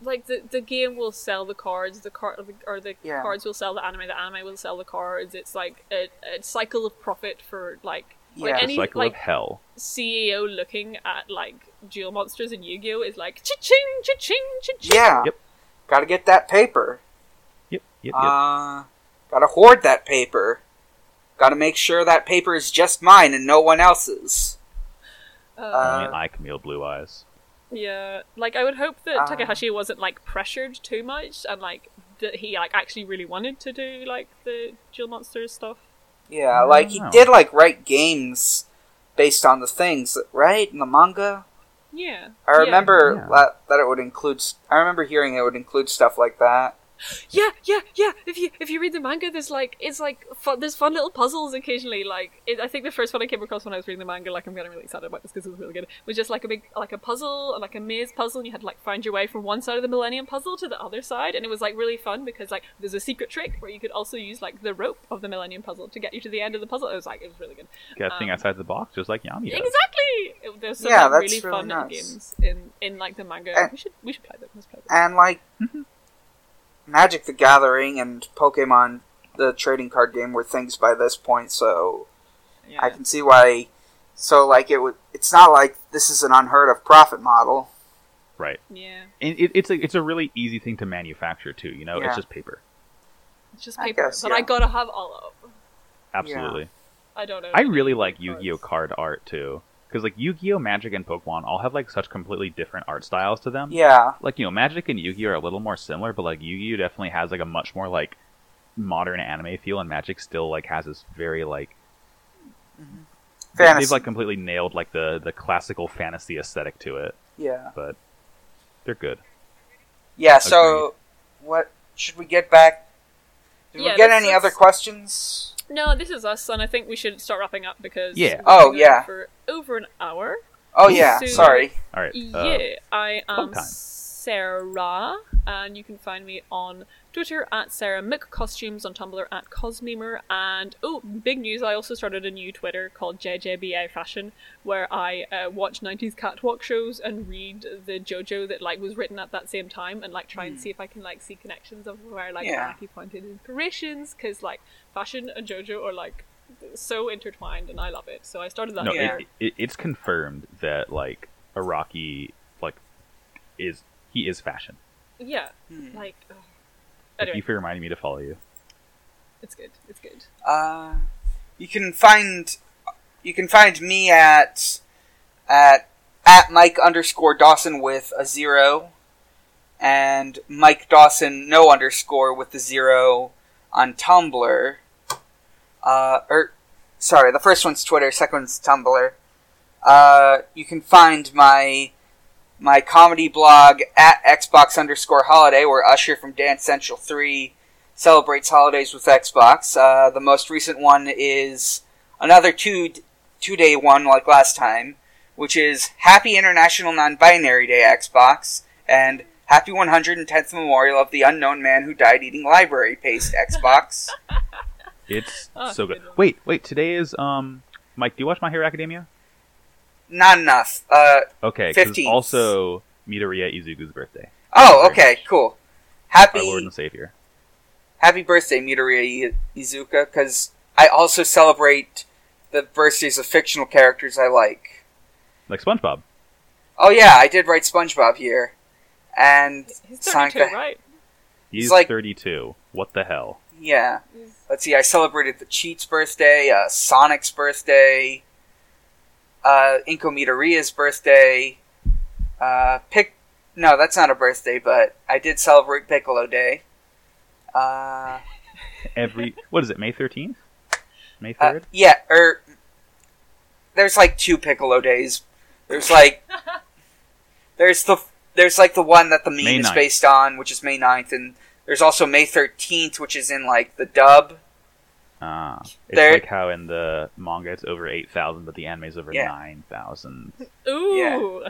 B: like the the game will sell the cards, the card or the
D: Yeah.
B: cards will sell the anime, the anime will sell the cards. It's like a, a cycle of profit for like. like
D: Yeah.
C: The
B: any,
C: cycle
B: like,
C: of hell.
B: CEO E looking at like dual monsters in Yu-Gi-Oh is like cha-ching, cha-ching, cha-ching.
D: Yeah.
C: Yep.
D: Gotta get that paper.
C: Yep, yep, yep.
D: Uh, gotta hoard that paper. Gotta make sure that paper is just mine and no one else's.
B: Uh,
C: Only
D: uh,
C: I can wield blue eyes.
B: yeah, like I would hope that
D: uh,
B: Takahashi wasn't like pressured too much, and like that he like actually really wanted to do like the dual monsters stuff.
D: Yeah,
C: No,
D: like, he
C: no.
D: did, like, write games based on the things, right? In the manga?
B: Yeah,
D: I
B: yeah.
D: remember
C: Yeah.
D: That, that it would include. s- I remember hearing it would include stuff like that.
B: Yeah, yeah, yeah. If you if you read the manga, there's like it's like fun, there's fun little puzzles occasionally. Like it, I think the first one I came across when I was reading the manga, like I'm getting really excited about this because it was really good. Was just like a big like a puzzle, like a maze puzzle, and you had to like find your way from one side of the Millennium Puzzle to the other side, and it was like really fun because like there's a secret trick where you could also use like the rope of the Millennium Puzzle to get you to the end of the puzzle. It was like it was really good.
C: Got a thing
B: um,
C: outside the box, just like Yami does.
B: Exactly. It, there's some
D: Yeah,
B: like,
D: that's
B: really,
D: really
B: fun
D: nice.
B: games in in like the manga.
D: And-
B: we should we should play them. Let's play them.
D: and like Magic the Gathering and Pokemon the trading card game were things by this point, so
B: Yeah.
D: I can see why. So like it would, it's not like this is an unheard of profit model.
C: Right.
B: yeah.
C: And it, it's a it's a really easy thing to manufacture too, you know?
D: Yeah.
C: It's just paper.
B: It's just
D: I
B: paper,
D: guess,
B: but
D: yeah.
B: I gotta have all of. them.
C: Absolutely.
B: I don't know.
C: I really like
B: cards.
C: Yu-Gi-Oh card art too, because like Yu-Gi-Oh, Magic, and Pokemon all have like such completely different art styles to them.
D: Yeah,
C: Like you know, Magic and Yu-Gi-Oh are a little more similar, but like Yu-Gi-Oh definitely has like a much more like modern anime feel, and Magic still like has this very like they-
D: fantasy.
C: They've like completely nailed like the the classical fantasy aesthetic to it,
D: yeah,
C: but they're good.
D: yeah. So what should we get back? Did
B: Yeah,
D: we get
B: that's-
D: any other
B: that's-
D: questions?
B: No, this is us, and I think we should start wrapping up because
C: Yeah.
B: we've
D: Oh,
B: been going
D: yeah.
B: for over an hour.
D: Oh yeah,
B: So-
D: sorry.
C: All right, uh,
B: yeah, I am
C: time.
B: Sarah, and you can find me on Twitter at Sarah Mick Costumes, on Tumblr at Cosmemer, and oh, big news! I also started a new Twitter called JJBI Fashion, where I uh, watch '90s catwalk shows and read the JoJo that like was written at that same time, and like
C: Hmm.
B: try and see if I can like see connections of where like
D: Yeah.
B: Aki pointed inspirations, because like fashion and JoJo are like so intertwined, and I love it. So I started that.
C: No,
B: Twitter.
D: Yeah.
C: it, it, it's confirmed that like Iraqi like is he is fashion.
B: Yeah,
D: Hmm.
B: like. Oh.
C: Thank
B: Anyway,
C: you for reminding me to follow you.
B: it's good. It's good.
D: Uh, you can find you can find me at at at Mike underscore Dawson with a zero, and Mike Dawson no underscore with the zero on Tumblr. Uh, or sorry, the first one's Twitter, second one's Tumblr. Uh, you can find my my comedy blog at Xbox underscore Holiday, where Usher from Dance Central Three celebrates holidays with Xbox. Uh, the most recent one is another two two day one like last time, which is Happy International Non-Binary Day Xbox and Happy 110th Memorial of the Unknown Man Who Died Eating Library Paste Xbox.
C: It's
B: Oh,
C: so
B: good
C: good.
B: one.
C: Wait, wait. Today is um Mike. Do you watch My Hero Academia?
D: Not enough. Uh,
C: Okay, 'cause it's
D: 15th.
C: also Midoriya Izuku's birthday.
D: oh,
C: Very
D: okay, cool.
C: Our Lord
D: Happy
C: and Savior.
D: Happy birthday, Midoriya I- Izuka, because I also celebrate the birthdays of fictional characters I like.
C: Like SpongeBob.
D: Oh yeah, I did write SpongeBob here, and
B: He's
D: Sonic
B: 32,
D: the-
B: right?
C: He's
D: like-
C: 32. What the hell?
D: yeah,
B: He's-
D: let's see. I celebrated the Cheats' birthday, uh, Sonic's birthday, uh, Incomitoria's birthday. Uh, Pic. No, that's not a birthday, but I did celebrate Piccolo Day. Uh,
C: Every what is it? May 13th? May
D: uh,
C: 3rd?
D: yeah, or there's like two Piccolo days. There's like there's the there's like the one that the meme
C: May
D: is
C: 9th.
D: based on, which is May 9th, and there's also May 13th, which is in like the dub.
C: ah, it's
D: there-
C: like how in the manga it's over 8,000, but the anime's over
D: Yeah.
C: 9,000.
B: Ooh.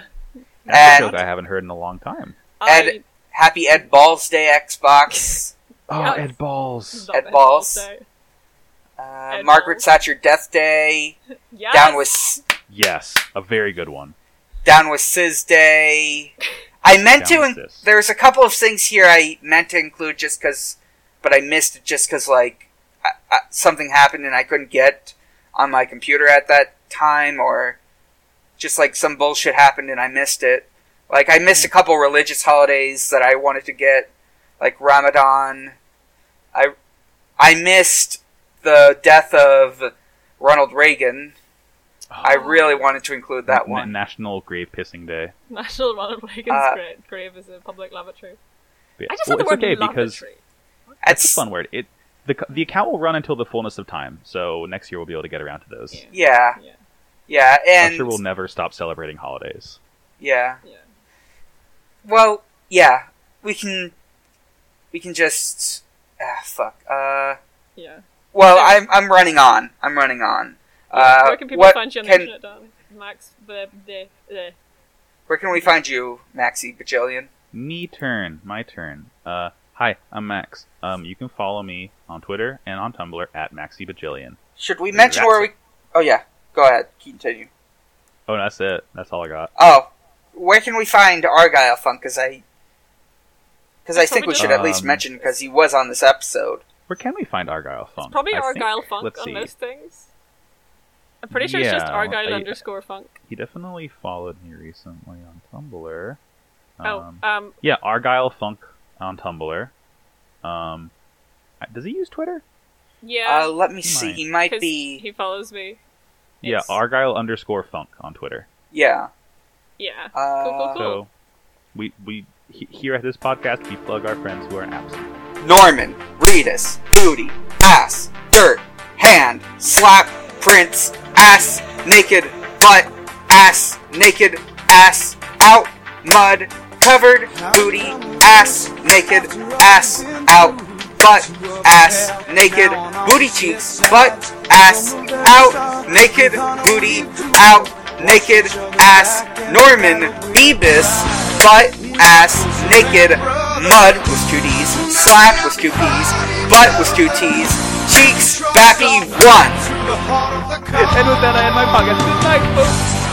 C: That's a
D: And-
C: joke I haven't heard in a long time.
B: I
D: Ed- Happy Ed Balls Day Xbox.
C: Oh,
B: Yeah.
C: Ed Balls.
B: love
D: Ed
B: it.
D: Balls.
B: So-
D: Uh,
B: Ed
D: Margaret
B: Balls.
D: Thatcher Death Day.
B: Yes.
D: Down with
C: Yes, a very good one.
D: Down with Sis Day. I meant
C: Down
D: to.
C: with
D: In-
C: Sis.
D: there's a couple of things here I meant to include just because, but I missed it just because like I, I, something happened and I couldn't get on my computer at that time, or just like some bullshit happened and I missed it. Like I
C: Mm.
D: missed a couple religious holidays that I wanted to get, like Ramadan. I I missed the death of Ronald Reagan. I
B: Oh.
D: really wanted to include that
C: Na-
D: one.
C: National Grave Pissing Day.
B: National Ronald Reagan's
D: Uh,
B: grave, grave is a public lavatory.
C: Yeah.
B: I just thought
C: well,
B: the
C: it's
B: word
C: okay because
B: lavatory.
C: that's a
D: That's-
C: fun word. It the c- the account will run until the fullness of time, so next year we'll be able to get around to those.
B: Yeah.
D: Yeah,
B: Yeah.
D: yeah, and
C: I'm sure we'll never stop celebrating holidays.
D: Yeah.
B: Yeah.
D: Well, yeah. We can. We can just. Ah, fuck. Uh.
B: Yeah.
D: Well, I'm I'm running on. I'm running on. Uh,
B: Where can people
D: what
B: find you on the
D: can-
B: internet, darling? Max, the, the, the.
D: Where can we find you, Maxie Bajillion?
C: Me turn, my turn. Uh, hi, I'm Max. Um, you can follow me on Twitter and on Tumblr at Maxi Bajillion.
D: Should we mention where we? Oh yeah. Go ahead. Continue.
C: Oh, that's it. That's all I got.
D: Oh, where can we find Argyle Funk? Because I. Because I
B: That's
D: think
B: what
D: we
B: we
D: should
C: do.
D: at least
C: Um,
D: mention because he was on this episode.
C: Where can we find Argyle Funk?
B: It's probably
C: I think-
B: Argyle Funk
C: Let's
B: on
C: see.
B: most things. I'm pretty sure it's just
C: Yeah,
B: Argyle
C: I-
B: underscore Funk.
C: He definitely followed me recently on Tumblr.
B: Oh,
C: Um,
B: um,
C: Yeah, Argyle Funk on Tumblr. Um, I- does he use Twitter?
D: uh,
B: yeah.
D: let
C: he
D: me see.
C: might.
D: He might
B: 'cause
D: be.
B: He follows me.
C: Yeah,
B: It's-
C: Argyle underscore Funk on Twitter.
D: Yeah.
B: Yeah.
D: Uh,
B: cool, cool.
C: So, we we he- here at this podcast we plug our friends who are absent.
D: Norman, Reedus, Booty, Ass, Dirt, Hand, Slap, Prince, Ass, Naked, Butt, Ass, Naked, Ass, Out, Mud, Covered, Booty, Ass, Naked, Ass, Out, Butt, Ass, Naked, Booty Cheeks, Butt, Ass, Out, Naked, Booty, Out, Naked, Ass, Norman, Beebus, butt, ass, naked, mud was two D's, slap was two P's, butt was two T's, cheeks, bappy, one.
C: And with that, I had my podcast. Good night, folks.